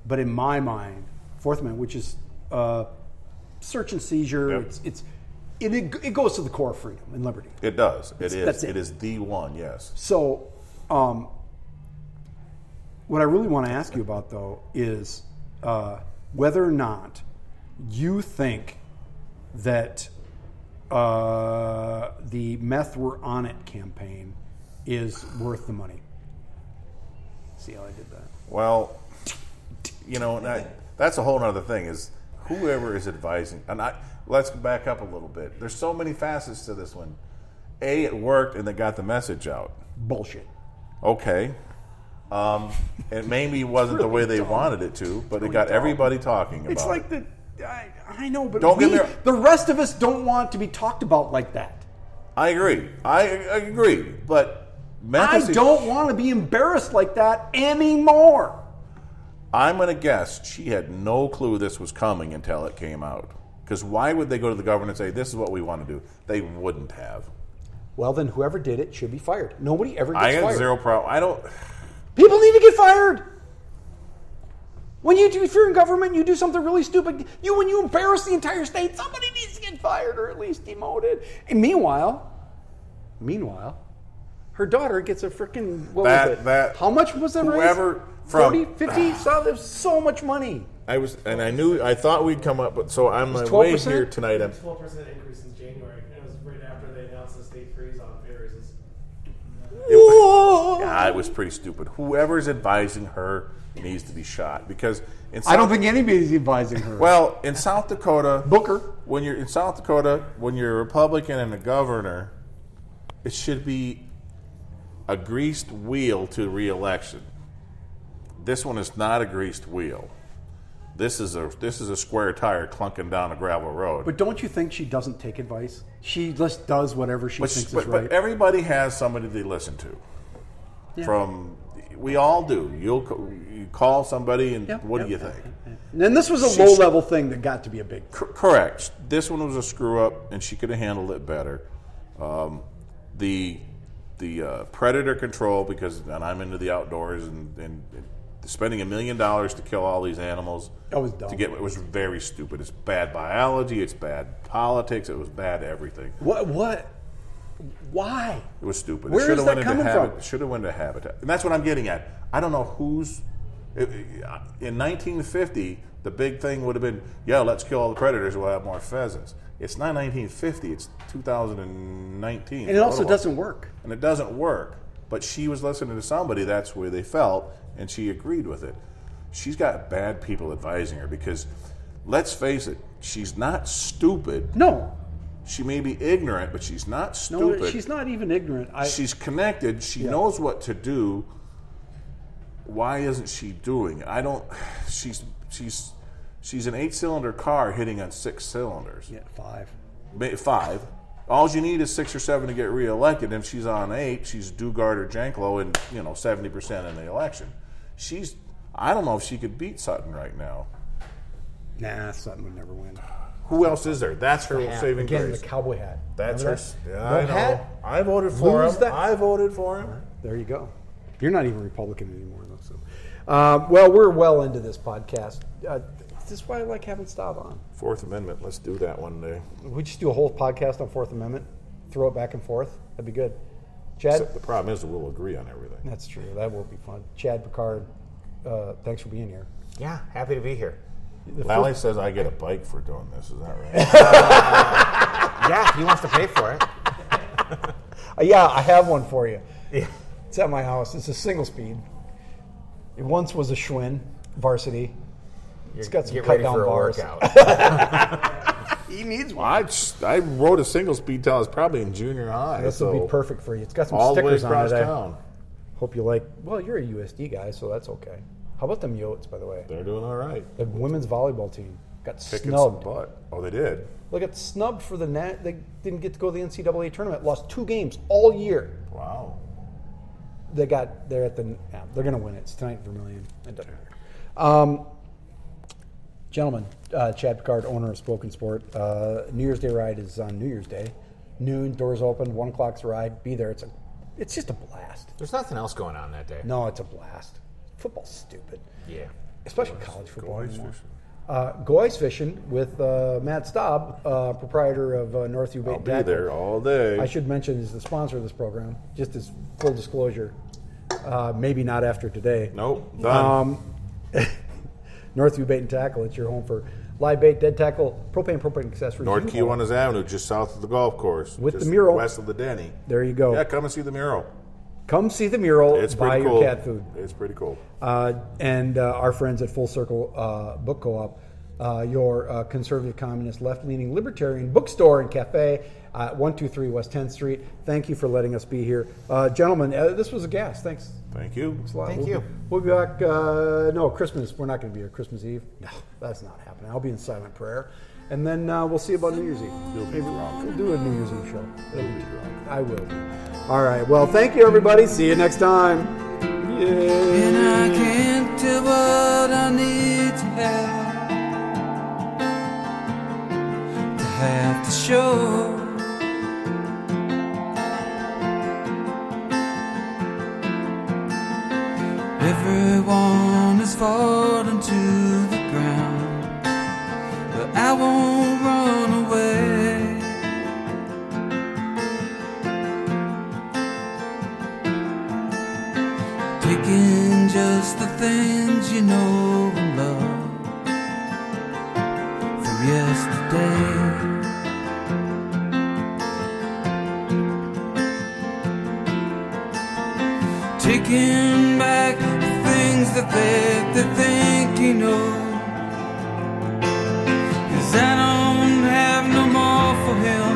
B: but in my mind, Fourth Amendment, which is uh, search and seizure,
D: Yep.
B: it's it's it, it goes to the core of freedom and liberty.
D: It does. It
B: that's
D: is.
B: it.
D: It is the one. Yes.
B: So, um, what I really want to ask you about though is uh, whether or not you think that uh, the meth we're on it campaign is worth the money. See how I did that?
D: Well, you know, and I, that's a whole other thing. Is whoever is advising, and I let's back up a little bit. There's so many facets to this one. A, it worked, and they got the message out.
B: Bullshit.
D: Okay. Um, it maybe wasn't the way they wanted it to, but it got everybody talking about.
B: It's
D: it.
B: like the I, I know, but
D: Don't
B: we,
D: get me wrong.
B: the rest of us don't want to be talked about like that.
D: I agree. I, I agree, but meth
B: I
D: is a-
B: don't want to be embarrassed like that anymore.
D: I'm going to guess she had no clue this was coming until it came out. Because why would they go to the government and say, this is what we want to do? They wouldn't have.
B: Well, then whoever did it should be fired. Nobody ever gets
D: I got
B: fired.
D: zero problem. I don't.
B: People need to get fired. When you do, if you're in government, you do something really stupid. You when you embarrass the entire state, somebody needs to get fired or at least demoted. And meanwhile, meanwhile, her daughter gets a freaking what
D: That-
B: was it?
D: that-
B: How much was that? raise?
D: whoever
B: 40,
D: from-
B: 50, so there's so much money.
D: I was, and I knew, I thought we'd come up, but so I'm
B: It's
D: like, way
B: 12%?
D: here tonight. I'm,
F: Twelve percent increase since January. and It was right after they announced the state freeze on pay raises.
B: Whoa!
D: ah, it was pretty stupid. Whoever's advising her needs to be shot because in South,
B: I don't think anybody's advising her.
D: Well, in South Dakota,
B: Booker.
D: when you're in South Dakota, when you're a Republican and a governor, it should be a greased wheel to reelection. This one is not a greased wheel. This is a this is a square tire clunking down a gravel road.
B: But don't you think she doesn't take advice? She just does whatever she
D: But-
B: thinks
D: but,
B: is right.
D: but everybody has somebody they listen to. From we all do. You'll c- you call somebody and
B: Yep,
D: what do you
B: yep,
D: think?
B: and this was a low level thing that got to be a big.
D: C- correct. This one was a screw up, and she could have handled it better. Um, the the uh, predator control because and I'm into the outdoors and, and, and spending a million dollars to kill all these animals.
B: That was dumb.
D: To get it was very stupid. It's bad biology. It's bad politics. It was bad everything.
B: What? What? Why?
D: It was stupid.
B: Where
D: it should
B: is
D: have
B: that
D: went
B: coming
D: into
B: from?
D: habit. Should have went into habitat, and that's what I'm getting at. I don't know who's. it- it- In 1950, the big thing would have been, "Yeah, let's kill all the predators. We'll have more pheasants." It's not 1950. It's 2019.
B: And it also
D: What about-
B: doesn't work.
D: and it doesn't work. But she was listening to somebody, that's where they felt, and she agreed with it. She's got bad people advising her because, let's face it, she's not stupid.
B: No,
D: She may be ignorant, but she's not
B: no,
D: stupid
B: she's not even ignorant. I,
D: she's connected. She knows what to do. Why isn't she doing it? I don't. She's she's she's an eight-cylinder car hitting on six cylinders,
B: yeah, five.
D: Ma- five. All you need is six or seven to get reelected. And if she's on eight, she's Dugard or Janklow, and you know seventy percent in the election. She's. I don't know if she could beat Sutton right now.
B: Nah, Sutton would never win.
D: Who else is there? That's her saving
B: Again,
D: grace.
B: the cowboy hat.
D: That's her.
B: Remember
D: s-
B: that?
D: Yeah,
B: The
D: I know.
B: hat.
D: I voted for
B: Lose
D: him.
B: that-
D: I voted for him.
B: There you go. You're not even Republican anymore, though. So, um, well, we're well into this podcast. Uh, this is why I like having Stav on.
D: Fourth Amendment. Let's do that one day.
B: We just do a whole podcast on Fourth Amendment, throw it back and forth. That'd be good. Chad,
D: Except the problem is we'll agree on everything.
B: that's true. That will be fun. Chad Picard, uh, thanks for being here.
G: Yeah, happy to be here.
D: Lally says I get a bike for doing this. Is that right?
G: Yeah, he wants to pay for it.
B: Uh, yeah, I have one for you. Yeah. It's at my house. It's a single speed. It once was a Schwinn varsity. It's got some
G: Get
B: cut
G: ready
B: down
G: for a
B: bars.
G: workout.
B: He needs one.
D: I, just- I rode a single speed till I was probably in junior high.
B: This
D: so
B: will be perfect for you. It's got some
D: All the way
B: stickers on it. eh?
D: across
B: I
D: town.
B: Hope you like. Well, you're a USD guy, so that's okay. How about them Yotes, by the way?
D: They're doing all right.
B: The women's volleyball team got
D: Kicking some
B: snubbed.
D: butt. Oh, they did.
B: They got snubbed for the net. They didn't get to go to the NCAA tournament. Lost two games all year.
D: Wow.
B: They got. They're at the. Yeah, they're going to win it. It's tonight, Vermillion. It doesn't matter. Um, gentlemen, uh, Chad Picard, owner of Spoken Sport. Uh, New Year's Day ride is on New Year's Day. Noon, doors open. One o'clock's ride. Be there. It's a. It's just a blast.
G: There's nothing else going on that day.
B: No, it's a blast. Football's stupid,
G: Yeah.
B: especially college football.
D: Ice
B: anymore.
D: fishing.
B: Uh, go ice fishing with uh, Matt Staub, uh, proprietor of uh, North Bay.
D: I'll be there all day.
B: I should mention is the sponsor of this program. Just as full disclosure, uh, maybe not after today.
D: Nope. Done.
B: Um, Northview Bait and Tackle. It's your home for live bait, dead tackle, propane, propane accessories.
D: North
B: You-
D: Kiwanis Avenue, just south of the golf course,
B: With the
D: just
B: mural.
D: west of the Denny.
B: There you go.
D: Yeah, come and see the mural.
B: Come see the mural.
D: It's
B: buy
D: pretty
B: your
D: cool.
B: cat food.
D: It's pretty cool.
B: uh, and uh, our friends at Full Circle uh, Book Co-op, uh, your uh, conservative, communist, left-leaning, libertarian bookstore and cafe, uh, one two three West Tenth Street. Thank you for letting us be here, uh, gentlemen. Uh, this was a gas. Thanks.
D: Thank you.
B: a lot.
G: Thank
B: We'll
G: you.
B: Be, we'll be back. Uh, no, Christmas. We're not going to be here. Christmas Eve. No, that's not happening. I'll be in silent prayer, and then uh, we'll see about New Year's Eve.
D: You'll be drunk.
B: We'll do a New Year's Eve show. It'll be I will. All right. Well, thank you, everybody. See you next time. Yay.
A: And I can't tell what I need to have to have to show. Everyone is falling to the ground, but I won't run away. Picking just the things you know and love from yesterday. Taking back the things that they, they think you know. Cause I don't have no more for him.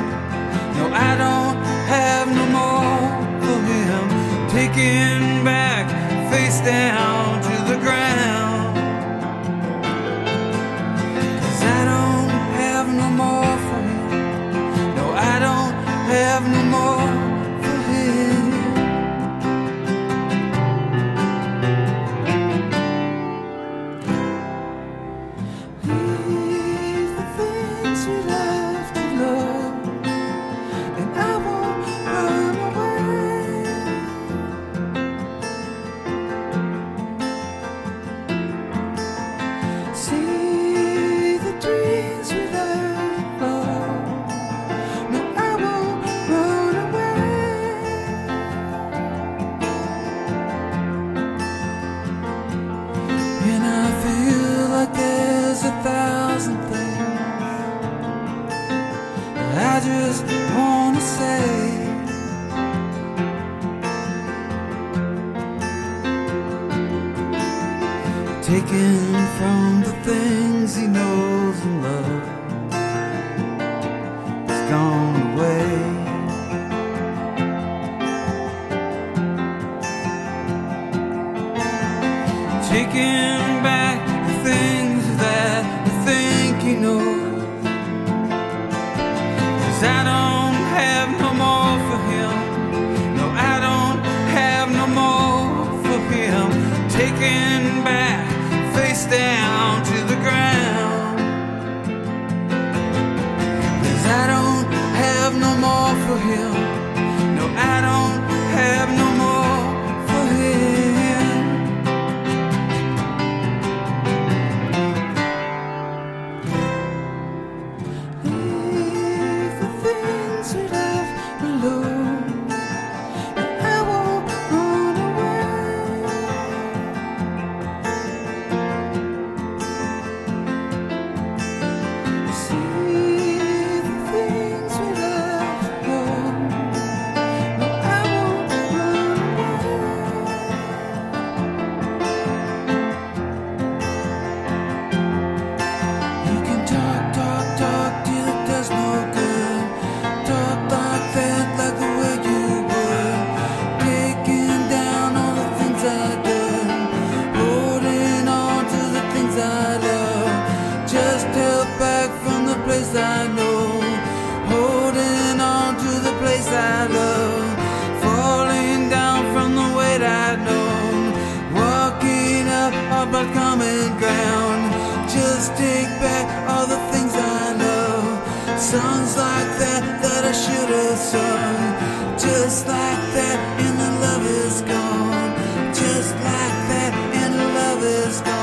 A: No, I don't have no more for him. Taken back, face down to the ground. 'Cause I don't have no more for him. No, I don't have no more for him. Leave the things we love to love. And I won't run away. See the dreams we love. No, I won't run eh. away. And I feel like there's a thousand things. I just wanna say Taken from the things he knows and loves It's gone away Taking back the things that I think he knows Cause I don't have no more for him. No, I don't have no more for him. Taken back, face down to the ground. place I know, holding on to the place I love, falling down from the weight I'd known, walking up off our common ground. Just take back all the things I love, songs like that that I should have sung, just like that, and the love is gone, just like that, and the love is gone. Oh. Oh,